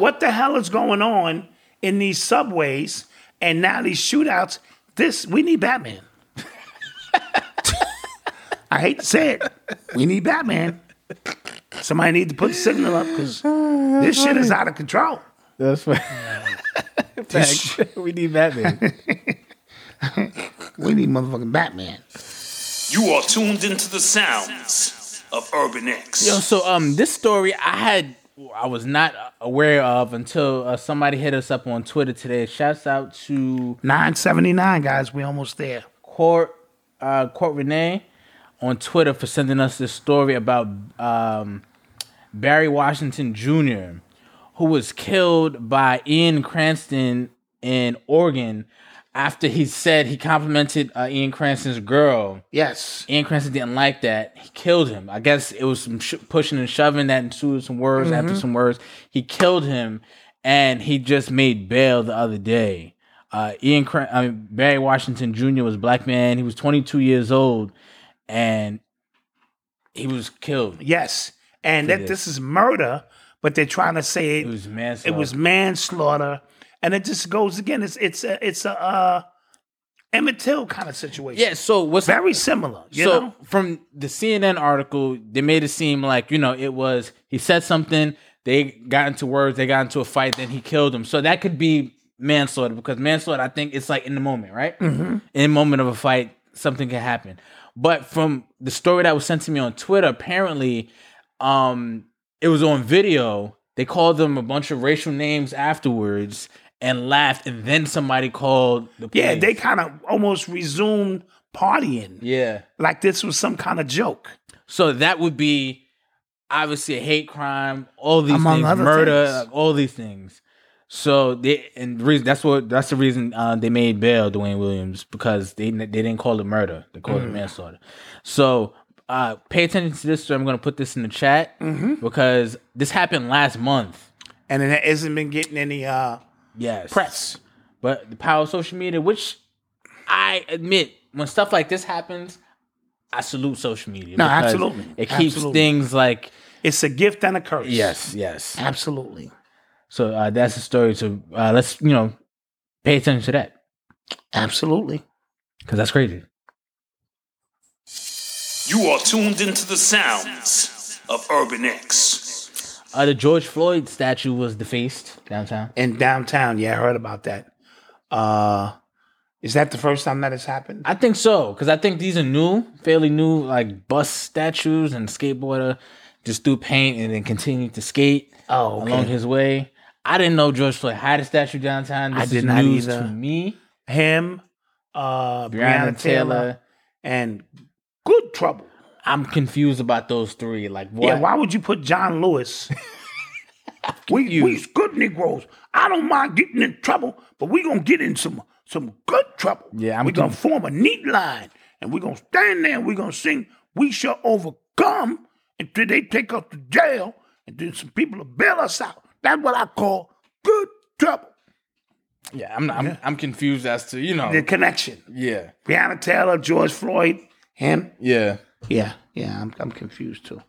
D: what the hell is going on in these subways and now these shootouts? This we need Batman. I hate to say it, we need Batman. Somebody need to put the signal up because this shit is out of control.
C: That's what. we need Batman.
D: We need motherfucking Batman.
E: You are tuned into the sounds of Urban X.
C: Yo, so um, this story I had I was not aware of until uh, somebody hit us up on Twitter today. Shouts out to
D: Nine seventy nine guys, we almost there.
C: Court uh, Court Renee on Twitter for sending us this story about um, Barry Washington Jr., who was killed by Ian Cranston in Oregon after he said he complimented uh, Ian Cranston's girl.
D: Yes.
C: Ian Cranston didn't like that. He killed him. I guess it was some sh- pushing and shoving that ensued some words after some words. He killed him, and he just made bail the other day. Uh, Ian, Cran- I mean Barry Washington Jr. was a black man. He was 22 years old, and he was killed.
D: Yes. And that this is murder, but they're trying to say it,
C: It was
D: it
C: manslaughter.
D: was manslaughter. And it just goes again. It's it's a it's a uh, Emmett Till kind of situation.
C: yeah. So what's
D: Very similar. You
C: so
D: know?
C: from the CNN article, they made it seem like you know it was he said something, they got into words, they got into a fight, then he killed him. So that could be manslaughter because manslaughter, I think, it's like in the moment, right? Mm-hmm. In the moment of a fight, something can happen. But from the story that was sent to me on Twitter, apparently, um, it was on video. They called them a bunch of racial names afterwards and laughed, and then somebody called the police.
D: Yeah, they kind of almost resumed partying.
C: yeah.
D: Like this was some kind of joke.
C: So that would be obviously a hate crime, all these
D: Among
C: things,
D: other
C: murder,
D: things.
C: like, all these things. So they and the reason that's what that's the reason uh, they made bail Dwayne Williams because they they didn't call it murder, they called
D: Mm-hmm.
C: it manslaughter. So uh, pay attention to this. So I'm going to put this in the chat
D: Mm-hmm.
C: because this happened last month.
D: And it hasn't been getting any uh
C: Yes,
D: press.
C: but the power of social media, which I admit, when stuff like this happens, I salute social media.
D: No,
C: because
D: absolutely.
C: It keeps
D: Absolutely.
C: things like
D: It's a gift and a curse.
C: yes, yes.
D: Absolutely.
C: So uh, that's the story. So uh, let's you know pay attention to that
D: Absolutely.
C: because that's crazy.
E: You are tuned into the sounds of Urban X.
C: Uh, the George Floyd statue was defaced downtown.
D: In downtown, yeah, I heard about that. Uh is that the first time that has happened?
C: I think so because I think these are new, fairly new, like bus statues and skateboarder just threw paint and then continued to skate
D: Oh, okay.
C: along his way. I didn't know George Floyd had a statue downtown. This
D: I
C: is
D: did not
C: news
D: either.
C: to me.
D: him, uh,
C: Breonna
D: Breonna, Taylor, and Good Trouble.
C: I'm confused about those three. Like what?
D: Yeah, why would you put John Lewis? we we's good Negroes. I don't mind getting in trouble, but we gonna get in some some good trouble.
C: Yeah, I'm
D: we gonna form a neat line, and we gonna stand there and we gonna sing. We shall overcome until they take us to jail, and then some people will bail us out. That's what I call good trouble.
C: Yeah, I'm, I'm I'm confused as to you know.
D: The connection.
C: Yeah,
D: Breonna Taylor, George Floyd, him.
C: yeah.
D: Yeah, yeah, I'm I'm confused too.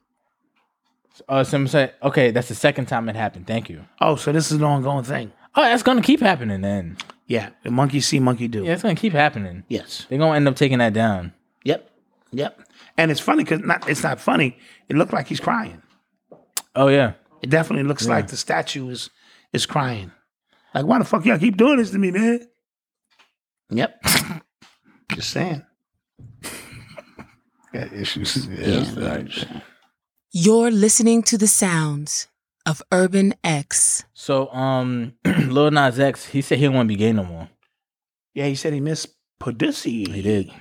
C: Uh, someone said, okay, that's the second time it happened. Thank you.
D: Oh, so this is an ongoing thing.
C: Oh, that's gonna keep happening then.
D: Yeah, the monkey see, monkey do.
C: Yeah, it's gonna keep happening.
D: Yes.
C: They're gonna end up taking that down.
D: Yep. Yep. And it's funny because not it's not funny. It looked like he's crying.
C: Oh yeah.
D: It definitely looks like the statue is is crying. Like why the fuck y'all keep doing this to me, man? Yep. Just saying.
G: Got issues.
F: You're listening to the sounds of Urban X.
C: So, um, Lil Nas X, he said he don't want to be gay no more.
D: Yeah, he said he missed Pudusi.
C: He did.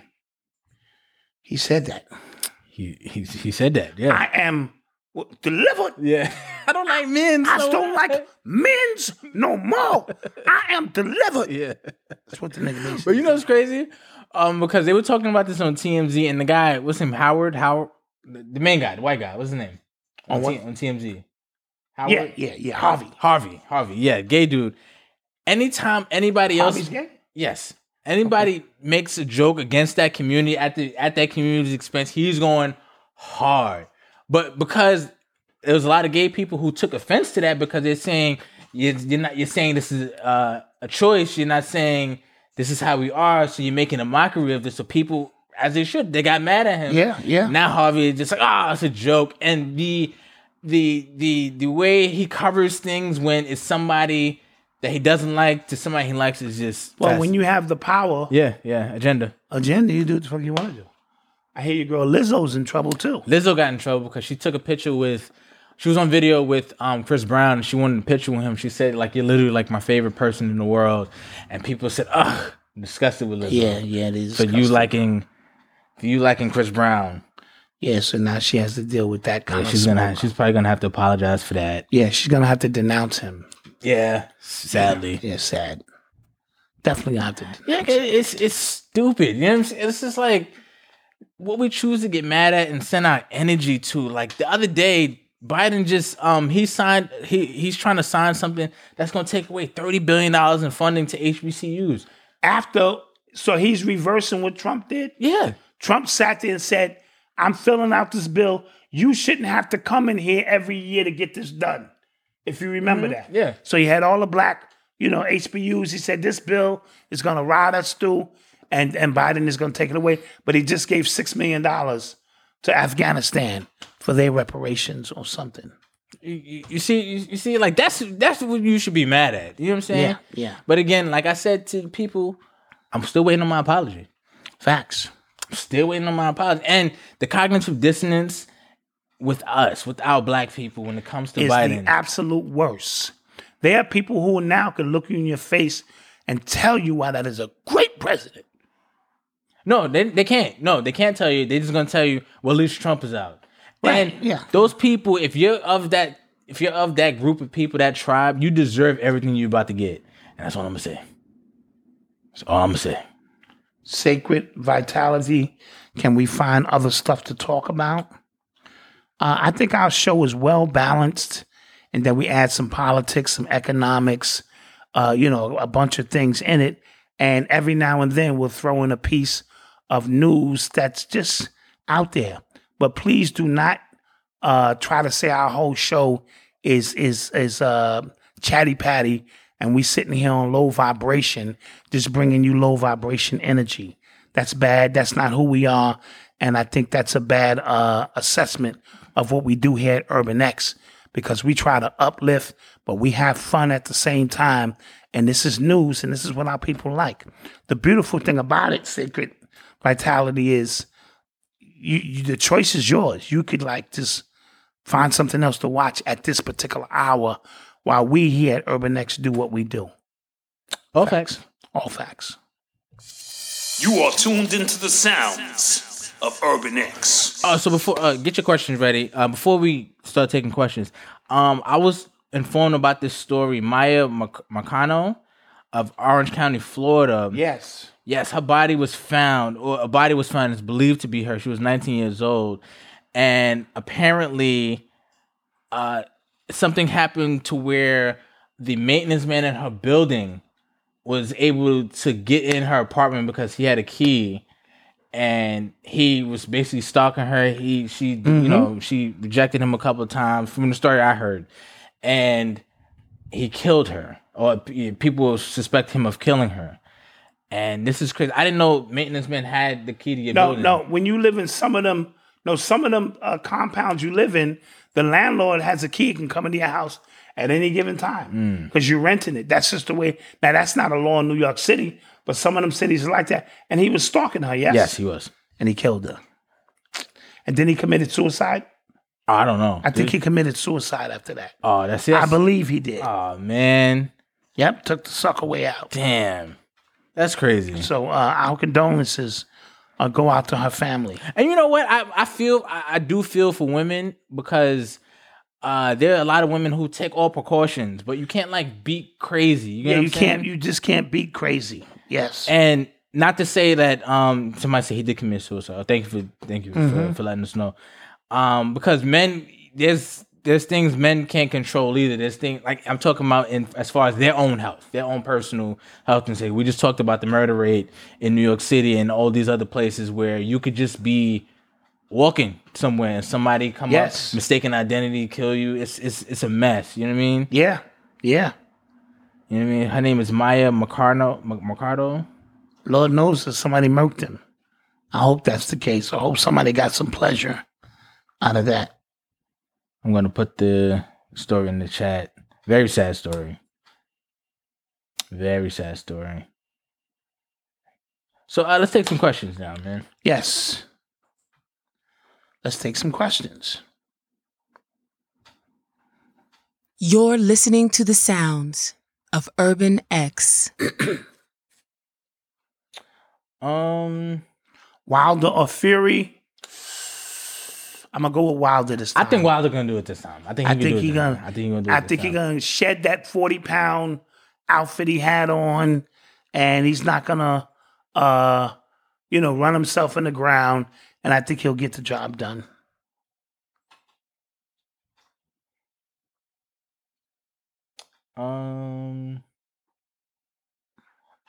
D: He said that.
C: He he, he said that. Yeah.
D: I am w- delivered.
C: yeah. I don't like men.
D: I
C: so-
D: don't like men's no more. I am delivered.
C: Yeah.
D: That's what the nigga means.
C: But you know what's crazy? Um, because they were talking about this on TMZ, and the guy, what's him, Howard, Howard, the the main guy, the white guy, what's his name
D: On
C: on,
D: what?
C: T- on TMZ? Howard,
D: Yeah, yeah, yeah. Harvey.
C: Harvey, Harvey, yeah, gay dude. Anytime anybody else,
D: Harvey's gay.
C: yes, anybody makes a joke against that community at the at that community's expense, he's going hard. But because there was a lot of gay people who took offense to that because they're saying you're, you're not you're saying this is uh, a choice. You're not saying this is how we are. So you're making a mockery of this. So people, as they should, they got mad at him.
D: Yeah, yeah.
C: Now Harvey is just like, ah, it's a joke. And the the the the way he covers things when it's somebody that he doesn't like to somebody he likes is just
D: Well, when you have the power
C: yeah yeah agenda.
D: agenda, you do what the fuck you want to do. I hear your girl Lizzo's in trouble too.
C: Lizzo got in trouble because she took a picture with she was on video with um Chris Brown and she wanted a picture with him. She said like you're literally like my favorite person in the world, and people said ugh disgusted with Lizzo.
D: yeah, it is.
C: for you liking for you liking Chris Brown.
D: Yeah, so now she has to deal with that kind of
C: She's
D: smoke.
C: gonna she's probably gonna have to apologize for that.
D: yeah, she's gonna have to denounce him.
C: Yeah, sadly.
D: Yeah, sad. Definitely gonna have to.
C: Yeah, it, it's it's stupid. You know what I'm saying? It's just like what we choose to get mad at and send our energy to. Like the other day, Biden just um he signed he he's trying to sign something that's gonna take away thirty billion dollars in funding to HBCUs.
D: After, so he's reversing what Trump did.
C: Yeah.
D: Trump sat there and said, I'm filling out this bill. You shouldn't have to come in here every year to get this done. If you remember that.
C: Mm-hmm. yeah.
D: So he had all the black, you know, HBUs. He said, this bill is going to ride us through and, and Biden is going to take it away. But he just gave $6 million to Afghanistan for their reparations or something.
C: You, you- you see you, you see like that's that's what you should be mad at. You know what I'm saying?
D: Yeah, yeah.
C: But again, like I said to people, I'm still waiting on my apology.
D: Facts.
C: still waiting on my apology. And the cognitive dissonance with us, with our black people, when it comes to
D: is
C: Biden.
D: the absolute worst. There are people who now can look you in your face and tell you why that is a great president.
C: no, they, they can't. No, they can't tell you. They're just gonna tell you, well, at least Trump is out.
D: Right,
C: And
D: yeah.
C: those people, if you're of that, if you're of that group of people, that tribe, you deserve everything you're about to get. And that's all I'm gonna say. That's all I'm gonna say.
D: sacred vitality? Can we find other stuff to talk about? Uh, I think our show is well balanced, and then we add some politics, some economics, uh, you know, a bunch of things in it. And every now and then we'll throw in a piece of news that's just out there. But please do not uh, try to say our whole show is is is uh, chatty patty, and we sitting here on low vibration, just bringing you low vibration energy. That's bad. That's not who we are, and I think that's a bad uh, assessment of what we do here at Urban X because we try to uplift, but we have fun at the same time. And this is news, and this is what our people like. The beautiful thing about it, sacred vitality, is you, you the choice is yours. You could like just find something else to watch at this particular hour while we here at Urban X do what we do.
C: All facts.
D: All facts.
E: You are tuned into the sounds of Urban X.
C: Uh, so before uh, get your questions ready. Uh, before we start taking questions, um, I was informed about this story. Maya Mac- Macano of Orange County, Florida.
D: Yes.
C: Yes, her body was found, or a body was found. It's believed to be her. She was 19 years old, and apparently, uh, something happened to where the maintenance man in her building was able to get in her apartment because he had a key, and he was basically stalking her. He, she,
D: Mm-hmm.
C: you know, she rejected him a couple of times from the story I heard, and he killed her, or p- people suspect him of killing her. And this is crazy. I didn't know maintenance men had the key to your
D: No,
C: building.
D: no. When you live in some of them, no, some of them uh, compounds you live in, the landlord has a key, He can come into your house at any given time because you're renting it. That's just the way. Now, that's not a law in New York City, but some of them cities are like that. And he was stalking her, yes?
C: Yes, he was.
D: And he killed her. And then he committed suicide?
C: Oh, I don't know.
D: I think
C: Did-
D: he committed suicide after that.
C: Oh, that's it.
D: I believe he did.
C: Oh man,
D: yep, took the sucker way out.
C: damn, that's crazy.
D: So uh, our condolences uh, go out to her family.
C: And you know what? I, I feel I, I do feel for women because uh, there are a lot of women who take all precautions, but you can't like beat crazy. You know
D: yeah,
C: what
D: you
C: I'm saying?
D: can't. You just can't beat crazy. Yes.
C: And not to say that um somebody said he did commit suicide. Thank you for thank you for, for letting us know. Um, because men there's there's things men can't control either. There's things like I'm talking about in as far as their own health, their own personal health and safety. We just talked about the murder rate in New York City and all these other places where you could just be walking somewhere and somebody come
D: Yes.
C: up, mistaken identity, kill you. It's it's it's a mess. You know what I mean?
D: yeah. Yeah.
C: You know what I mean? Her name is Maya Mercado. Mercado.
D: Lord knows that somebody murked him. I hope that's the case. I hope somebody got some pleasure out of that.
C: I'm gonna put the story in the chat. Very sad story. Very sad story. So uh, let's take some questions now, man.
D: Yes. Let's take some questions.
F: You're listening to the sounds of Urban X.
C: Um,
D: Wilder or Fury? I'm gonna go with Wilder this
C: I
D: time.
C: think Wilder gonna do it this time. I think he
D: I
C: can
D: think
C: do it
D: he
C: this
D: gonna-
C: time. I think he gonna do it.
D: I
C: this
D: think he's
C: time.
D: gonna shed that 40 pound outfit he had on, and he's not gonna, uh, you know, run himself in the ground. And I think he'll get the job done.
C: Um.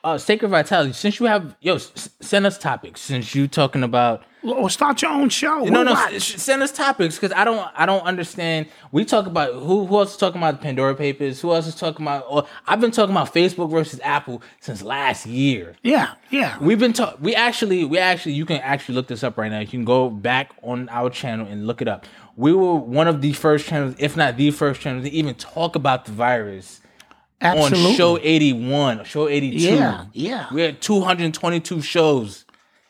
C: Uh, sacred vitality. Since you have yo, s- s- send us topics. Since you talking about
D: Well, start your own show.
C: No,
D: We'll
C: no,
D: watch.
C: s- s- send us topics because I don't, I don't understand. We talk about who, who else is talking about the Pandora Papers? Who else is talking about? Or I've been talking about Facebook versus Apple since last year.
D: yeah, yeah.
C: We've been talking. We actually, we actually, you can actually look this up right now. You can go back on our channel and look it up. We were one of the first channels, if not the first channel, to even talk about the virus
D: Absolutely.
C: on show eighty-one, show eighty-two.
D: Yeah, yeah.
C: we had two hundred twenty-two shows.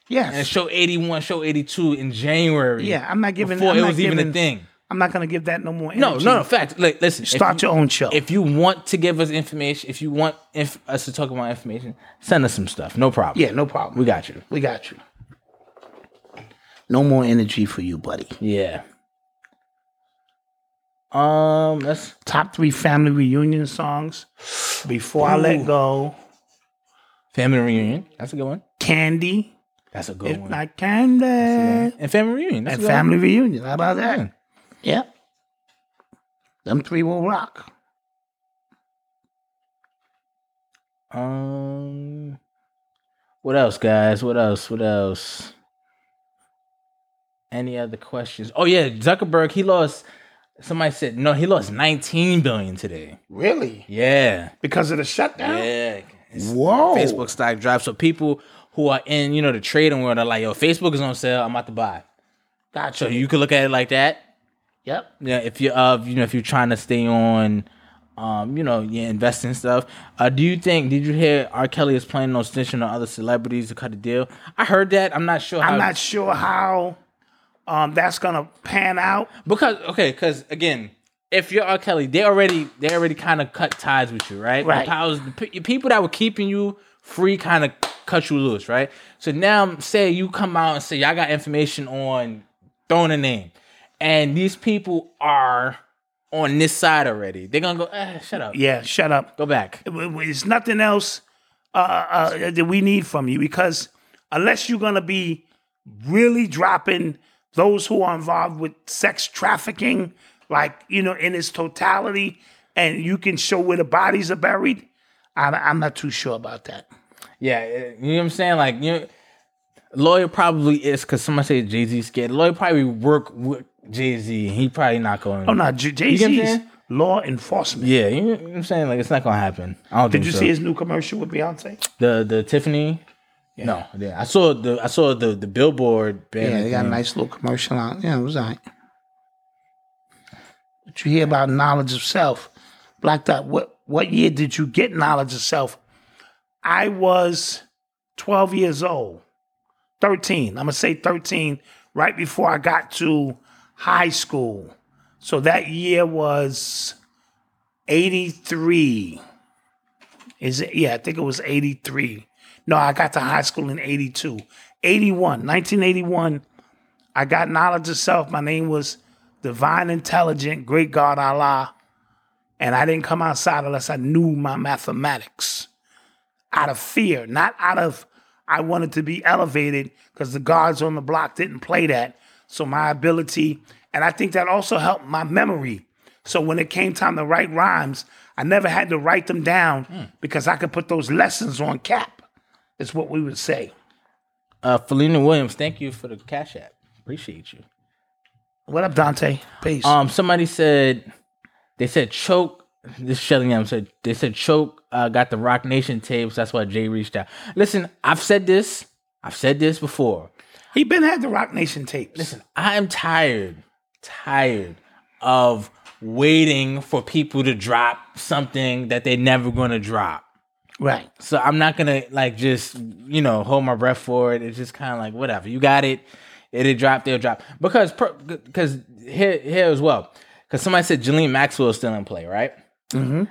C: And
D: Yes.
C: show 81, show 82 in January.
D: Yeah, I'm not giving-
C: before
D: I'm
C: it
D: not
C: was even a
D: giving-
C: thing.
D: I'm not gonna give that no more. Energy.
C: No, no, no. Fact. Like, listen. if
D: Start
C: you-
D: your own show.
C: If you want to give us information, if you want inf- us to talk about information, send us some stuff. No problem.
D: yeah, no problem.
C: we got you.
D: We got you. No more energy for you, buddy.
C: Yeah. Um. That's
D: Top three family reunion songs. Before I let go,
C: family reunion. That's a good one.
D: Candy.
C: That's a good
D: If
C: one.
D: not Candy.
C: and family reunion. That's
D: And
C: a good one.
D: family reunion. How about that? Yep. Them three will rock.
C: Um. What else, guys? What else? What else? Any other questions? Oh yeah, Zuckerberg. He lost. Somebody said no. He lost 19 billion today.
D: Really?
C: Yeah.
D: Because of the shutdown?
C: Yeah. It's-
D: Whoa.
C: Facebook stock drops. So people who are in, you know, the trading world are like, yo, Facebook is on sale. I'm about to buy. So
D: Gotcha.
C: you could look at it like that.
D: yep.
C: Yeah, if you're uh, you know, if you're trying to stay on um, you know, yeah, investing stuff. Uh, do you think did you hear R. Kelly is planning on snitching on other celebrities to cut a deal? I heard that. I'm not sure how
D: I'm not sure how um, that's gonna pan out.
C: because okay, because again, if you're R. Kelly, they already they already kind of cut ties with you, right?
D: Right.
C: The powers, the pe- people that were keeping you free kind of cut you loose, right? So now, say you come out and say, "I got information on throwing a name," and these people are on this side already. They're gonna go, eh, "Shut up,
D: Yeah, shut up.
C: go back."
D: It's nothing else uh, uh, that we need from you because unless you're gonna be really dropping those who are involved with sex trafficking, like you know, in its totality, and you can show where the bodies are buried, I, I'm not too sure about that.
C: Yeah, eh, you know what I'm saying? Like you. Know, Lawyer probably is because somebody said Jay Z scared. Lawyer probably work with Jay Z. He probably not going.
D: Oh no, Jay
C: You get what I'm
D: Z's
C: saying?
D: law enforcement.
C: Yeah, you know what I'm saying? Like, it's not gonna happen. I don't
D: Did
C: think
D: you
C: so.
D: see his new commercial with Beyonce?
C: the the Tiffany? No, yeah, I saw the I saw the the billboard banner. thing.
D: nice little commercial on. Yeah, it was all right. What you hear about knowledge of self? Black Dot, what, what year did you get knowledge of self? I was 12 years old, 13. I'm going to say 13, right before I got to high school. So that year was 83. Is it? Yeah, I think it was 83. No, I got to high school in 82. 81, 1981, I got knowledge of self. My name was Divine Intelligent, Great God Allah. And I didn't come outside unless I knew my mathematics out of fear, not out of I wanted to be elevated because the guards on the block didn't play that. So my ability, and I think that also helped my memory. So when it came time to write rhymes, I never had to write them down because I could put those lessons on cap. Is what we would say.
C: Uh, Felina Williams, thank you for the cash app. Appreciate you.
D: What up, Dante? Peace.
C: Um, somebody said they said choke. This is Shelly Yam said they said choke uh, got the Rock Nation tapes. That's why Jay reached out. Listen, I've said this. I've said this before.
D: he been had the Rock Nation tapes.
C: Listen, I am tired, tired of waiting for people to drop something that they're never going to drop.
D: right.
C: So I'm not gonna like just you know hold my breath for it. It's just kind of like whatever you got it. It'll drop. They'll drop because because here here as well. Because somebody said Jalen Maxwell is still in play, right?
D: Mhm.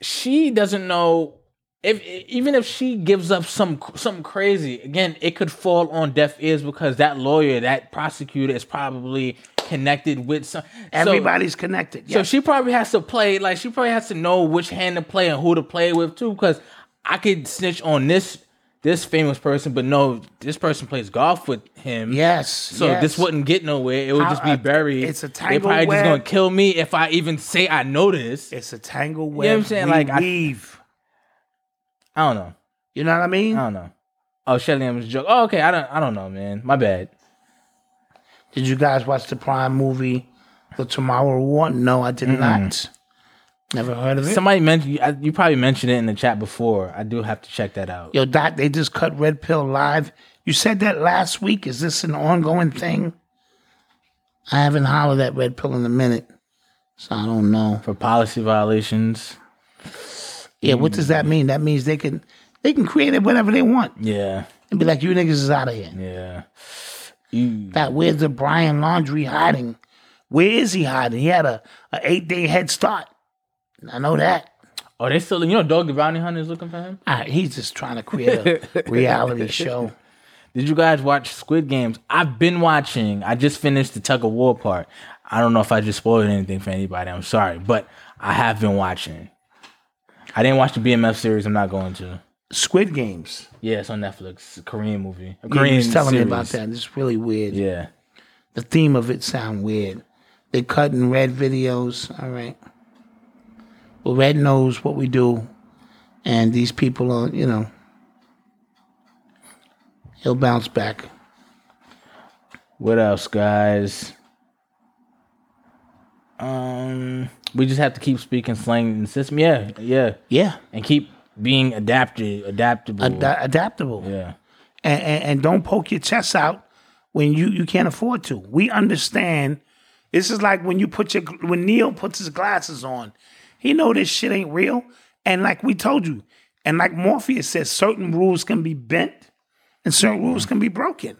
C: She doesn't know if e, even if she gives up some something crazy again, it could fall on deaf ears because that lawyer, that prosecutor is probably connected with some so-
D: Everybody's connected.
C: so
D: Yeah.
C: she probably has to play, like she probably has to know which hand to play and who to play with too, because I could snitch on this this famous person, but no, this person plays golf with him.
D: yes.
C: So this
D: yes.
C: wouldn't get nowhere. It would
D: How-
C: just be
D: uh,
C: buried.
D: it's a
C: They
D: tangled
C: probably just
D: web.
C: gonna kill me if I even say I know this.
D: It's a tangle
C: know
D: web.
C: what I'm saying?
D: we
C: Like, I-
D: weave.
C: I don't know.
D: you know what I mean?
C: I don't know. Oh, Shelly was a joke. Oh, okay. I don't. I don't know, man. My bad.
D: Did you guys watch the Prime movie, The Tomorrow War? No, I did not. Never heard of it.
C: Somebody mentioned you, I- you. Probably mentioned it in the chat before. I do have to check that out.
D: Yo, Doc, they just cut Red Pill live. You said that last week. Is this an ongoing thing? I haven't hollered at Red Pill in a minute, so I don't know.
C: For policy violations.
D: Yeah, what does that mean? That means they can they can create it whatever they want
C: Yeah.
D: and be like, "You niggas is out of here."
C: Yeah. You.
D: That where's the Brian Laundry hiding? Where is he hiding? He had a, a eight day head start. I know that.
C: Oh, they still, you know, Dog the Bounty Hunter is looking for him.
D: All right, he's just trying to create a reality show.
C: Did you guys watch Squid Games? I've been watching. I just finished the tug of war part. I don't know if I just spoiled anything for anybody. I'm sorry, but I have been watching. I didn't watch the BMF series. I'm not going to.
D: Squid Games.
C: Yeah, it's on Netflix. A Korean movie. A
D: Yeah,
C: Korean
D: he was telling
C: series.
D: me about that. It's really weird.
C: Yeah.
D: The theme of it sound weird. They cutting red videos. All right. Well, red knows what we do, and these people are, you know, he'll bounce back.
C: What else, guys? Um, we just have to keep speaking slang and system. Yeah, yeah,
D: Yeah,
C: and keep being adapted, adaptable.
D: Ad- adaptable.
C: yeah.
D: and, and, and don't poke your chest out when you, you can't afford to. We understand. This is like when you put your when Neil puts his glasses on. He know this shit ain't real. And like we told you, and like Morpheus says, certain rules can be bent and certain rules can be broken.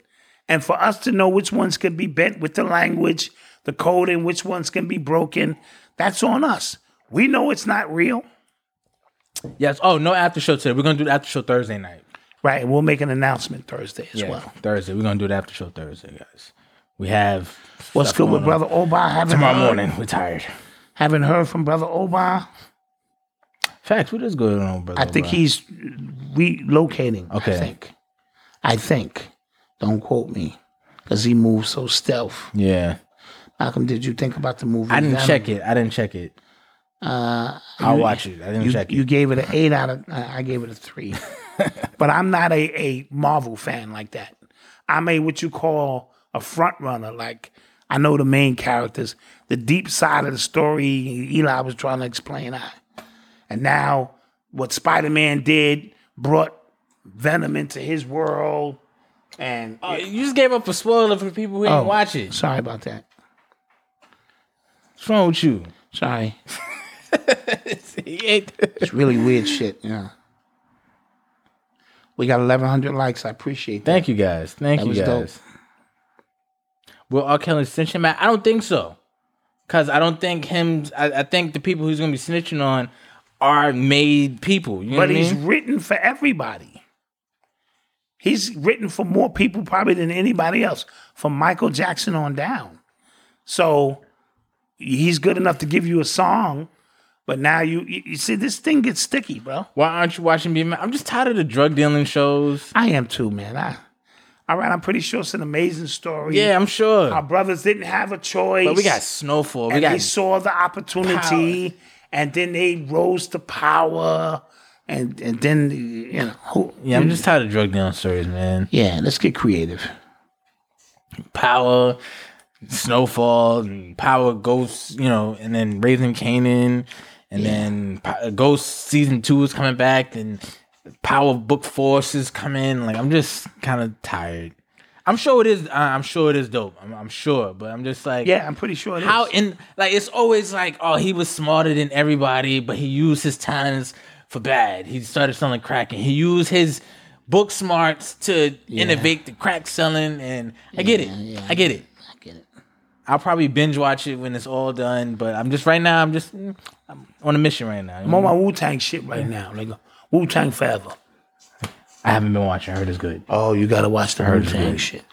D: And for us to know which ones can be bent with the language, the code, and which ones can be broken, that's on us. We know it's not real.
C: Yes. Oh, no after show today. We're gonna do the after show Thursday night.
D: Right. And we'll make an announcement Thursday as well.
C: Thursday. We're gonna do the after show Thursday, guys. We have
D: What's
C: stuff
D: good with
C: going on.
D: brother Oba? Haven't
C: Tomorrow
D: heard-
C: morning. We're tired.
D: Haven't heard from Brother Oba.
C: Facts. What is going on, brother?
D: I think he's relocating.
C: Okay.
D: I think. I think. Don't quote me, because he moves so stealth.
C: Yeah.
D: Malcolm, did you think about the movie?
C: I didn't
D: Venom?
C: check it. I didn't check it.
D: Uh,
C: I'll
D: you-
C: watch it. I didn't
D: You,
C: check
D: you
C: it.
D: gave it an eight out of. I I gave it a three, but I'm not a a Marvel fan like that. I'm a what you call a front runner. Like I know the main characters, the deep side of the story. Eli was trying to explain that, and now what Spider Man did brought Venom into his world, and
C: Oh, you just gave up a spoiler for people who didn't
D: Oh,
C: watch it.
D: Sorry about that.
C: What's wrong with you?
D: Sorry,
C: He ain't-
D: it's really weird shit. Yeah. We got 1,100 likes. I appreciate that.
C: Thank you guys. Thank
D: That
C: you
D: was
C: guys.
D: dope.
C: Will R. Kelly snitch him out? I don't think so. Cause I don't think him I, I think the people he's gonna be snitching on are made people. You know
D: but
C: what I
D: he's
C: mean?
D: written for everybody. He's written for more people probably than anybody else, from Michael Jackson on down. So he's good enough to give you a song, but now you you, you see this thing gets sticky, bro.
C: Why aren't you watching me? I'm just tired of the drug dealing shows.
D: I am too, man. I all right. I'm pretty sure it's an amazing story.
C: Yeah, I'm sure.
D: our brothers didn't have a choice.
C: but we got Snowfall. We
D: and they
C: got
D: saw the opportunity, and then they rose to power, and and then you know who,
C: Yeah, I'm just tired of drug dealing stories, man.
D: yeah. Let's get creative.
C: Power, Snowfall, and Power Ghosts, you know, and then Raising Canaan, and then Po- uh, Ghost Season 2 is coming back, and Power Book Force is coming. Like, I'm just kind of tired. I'm sure it is. I- I'm sure it is dope. I'm, I'm sure, but I'm just like,
D: Yeah, I'm pretty sure. it is.
C: how in like it's always like oh he was smarter than everybody but he used his talents for bad he started selling crack and he used his book smarts to innovate the crack selling and i get it i get it i get
G: it.
C: i'll probably binge watch it when it's all done but i'm just right now i'm just mm, i'm on a mission right now
D: I'm on my Wu Tang shit right now, like Wu Tang forever.
C: i haven't been watching i heard it's good
D: Oh, you gotta watch the Wu Tang
C: good.
D: shit.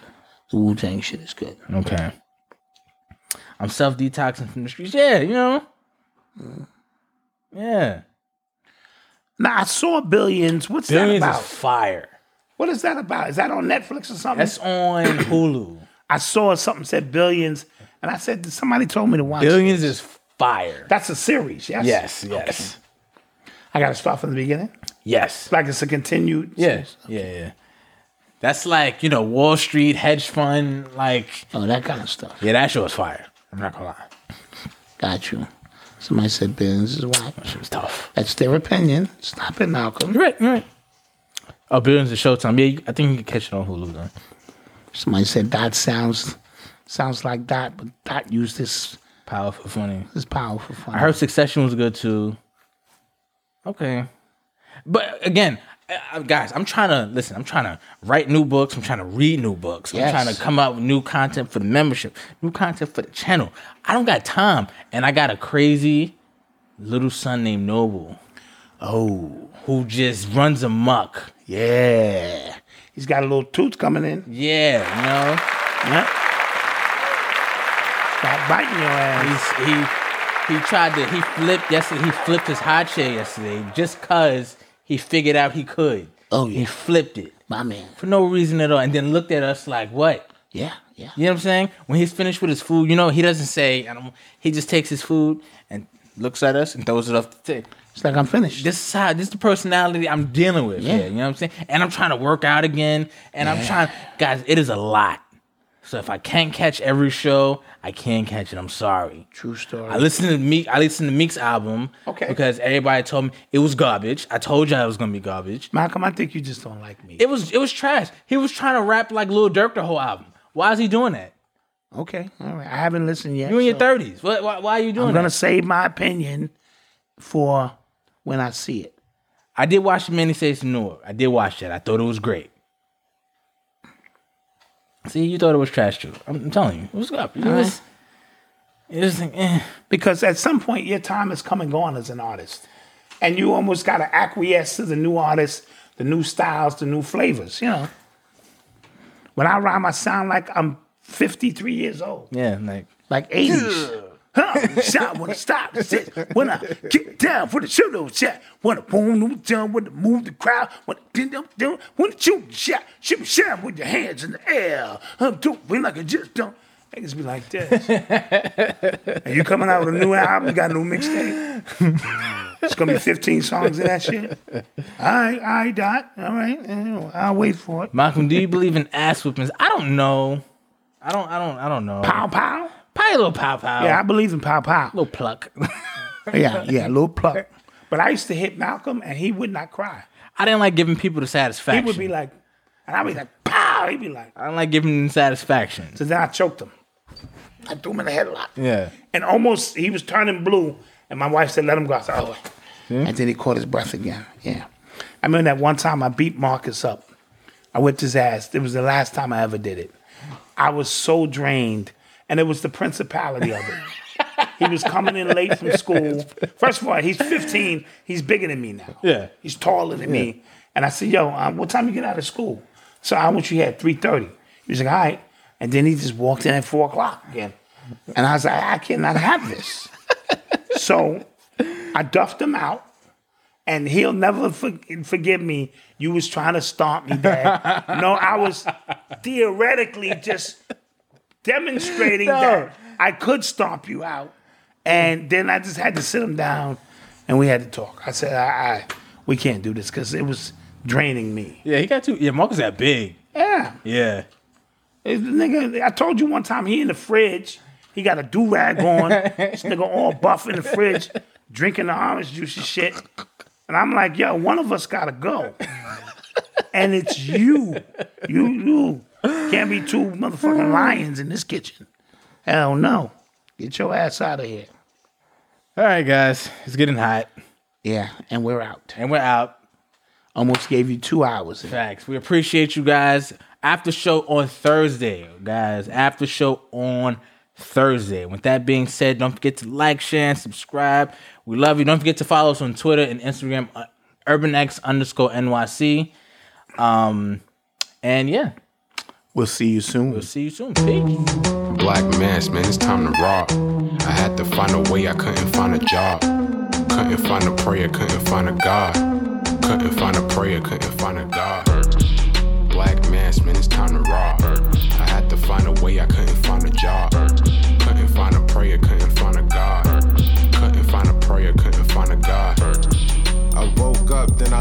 D: The Wu Tang shit is good.
C: okay i'm self-detoxing from the streets yeah you know yeah
D: Now I saw Billions. What's
C: billions
D: that
C: is
D: about?
C: fire
D: what is that about? Is that on Netflix or something?
C: that's on hulu
D: I saw something said Billions, and I said somebody told me to watch. it.
C: Billions is fire.
D: That's a series. Yes.
C: Yes, yes,
D: I gotta start from the beginning.
C: yes.
D: Like it's a continued.
C: Yes, yeah, yeah. That's like you know Wall Street hedge fund. Like
G: Oh, that kind of stuff.
C: yeah, that show was fire. I'm not gonna lie,
G: Got you. Somebody said Billions is whack.
C: it was tough.
G: That's their opinion.
D: Stop it, Malcolm.
C: You're right, you're right. Oh, Billions is Showtime. Yeah, you- I think you can catch it on Hulu. Then.
G: Somebody said that sounds sounds like that, but that used this
C: Powerful, funny.
G: this powerful fun.
C: I heard Succession was good too. Okay, but again, I- I- guys, I'm trying to listen. I'm trying to write new books. I'm trying to read new books.
G: Yes.
C: I'm trying to come out with new content for the membership, new content for the channel. I don't got time, and I got a crazy little son named Noble. Oh, who just runs amok?
D: Yeah. He's got a little tooth coming in.
C: Yeah, you know.
D: Yeah. Stop biting your ass.
C: He's, he he tried to he flipped yesterday. He flipped his high chair yesterday just cause he figured out he could.
G: Oh,
C: He
G: yeah.
C: flipped it
G: My man.
C: for no reason at all, and then looked at us like what?
G: Yeah, yeah.
C: You know what I'm saying? When he's finished with his food, you know he doesn't say. I don't, he just takes his food and looks at us and throws it off the table.
G: It's like I'm finished.
C: This is how this is the personality I'm dealing with. Yeah,
G: Yeah.
C: you know what I'm saying. And I'm trying to work out again, and I'm trying, guys. It is a lot. So if I can't catch every show, I can't catch it. I'm sorry.
D: True story.
C: I listened to Meek. I listened to Meek's album.
D: Okay.
C: Because everybody told me it was garbage. I told y'all it was gonna be garbage.
D: Malcolm, I think you just don't like me.
C: It was it was trash. He was trying to rap like Lil Durk the whole album. Why is he doing that?
D: okay. All right. I haven't listened yet.
C: You in your
D: so
C: thirties. What? Why, why are you doing
D: I'm going to
C: that?
D: save my opinion for when I see it.
C: I did watch Many States of Newark. I did watch that. I thought it was great. See, you thought it was trash too. I'm, I'm telling you, it was up. It was. It was like, eh.
D: Because at some point, your time is come and gone as an artist. And you almost got to acquiesce to the new artists, the new styles, the new flavors, you know. When I rhyme, I sound like I'm 53 years old.
C: yeah, like
D: like 80s. Huh? Shot wanna stop, sit. When I get down for the solo shot, when I boom, no down, when I move the crowd, when I pin up, down, when I shoot the shot, shoot the shot with your hands in the air. I'm doing like I just don't. Niggas be like this. and you coming out with a new album, you got a new mixtape. it's gonna be 15 songs in that shit. All right, all right, Dot. All right, eh, I'll wait for it.
C: Malcolm. Do you believe in ass whippings? I don't know. I don't. I don't. I don't know.
D: Pow pow.
C: Probably a little pow pow.
D: Yeah, I believe in pow pow.
C: little pluck.
D: Yeah, yeah, little pluck. But I used to hit Malcolm, and he would not cry.
C: I didn't like giving people the
D: He
C: satisfaction.
D: would be like, and I'd be like, pow. He'd be like,
C: I don't like giving them satisfaction.
D: so then I choked him. I threw him in the headlock,
C: Yeah.
D: and almost he was turning blue. And my wife said, "Let him go." I said, "Oh." And then he caught his breath again. Yeah, I remember that one time I beat Marcus up. I whipped his ass. It was the last time I ever did it. I was so drained, and it was the principality of it. he was coming in late from school. First of all, he's 15. He's bigger than me now.
C: Yeah.
D: he's taller than me. And I said, "Yo, um, what time you get out of school?" So I want you here at 3:30. He was like, "All right," and then he just walked in at four o'clock again. And I was like, "I cannot have this." so I duffed him out and he'll never for- forgive me. You was trying to stomp me, Dad. no, I was theoretically just demonstrating that I could stomp you out, and then I just had to sit him down, and we had to talk. I said, "I, I we can't do this because it was draining me."
C: Yeah, he got two. Yeah, Marcus got big.
D: Yeah,
C: Yeah.
D: This nigga, I told you one time he in the fridge. He got a do rag on. this nigga all buff in the fridge, drinking the orange juice and shit. And I'm like, yo, one of us gotta go. and it's you. You, you. Can't be two motherfucking lions in this kitchen. Hell no. Get your ass out of here.
C: All right, guys, it's getting hot,
D: Yeah, and we're out.
C: and we're out.
D: Almost gave you two hours.
C: Facts. We appreciate you guys. After show on Thursday, guys. After show on Thursday. With that being said, don't forget to like, share, and subscribe. We love you. Don't forget to follow us on Twitter and Instagram, uh, UrbanX underscore NYC. Um, and yeah,
D: We'll see you soon.
C: we'll see you soon. Peace.
B: Black mass, man, it's time to rock. I had to find a way, I couldn't find a job. Couldn't find a prayer, couldn't find a God. Couldn't find a prayer, couldn't find a God. Black mass, man, it's time to rock. I had to find a way, I couldn't find a job. Couldn't find a prayer, couldn't find a God. Couldn't find a prayer, couldn't find a God.
A: I woke up, then I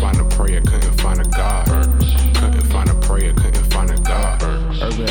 B: find a prayer, couldn't find a God. Couldn't find a prayer, couldn't find a God.
A: Urban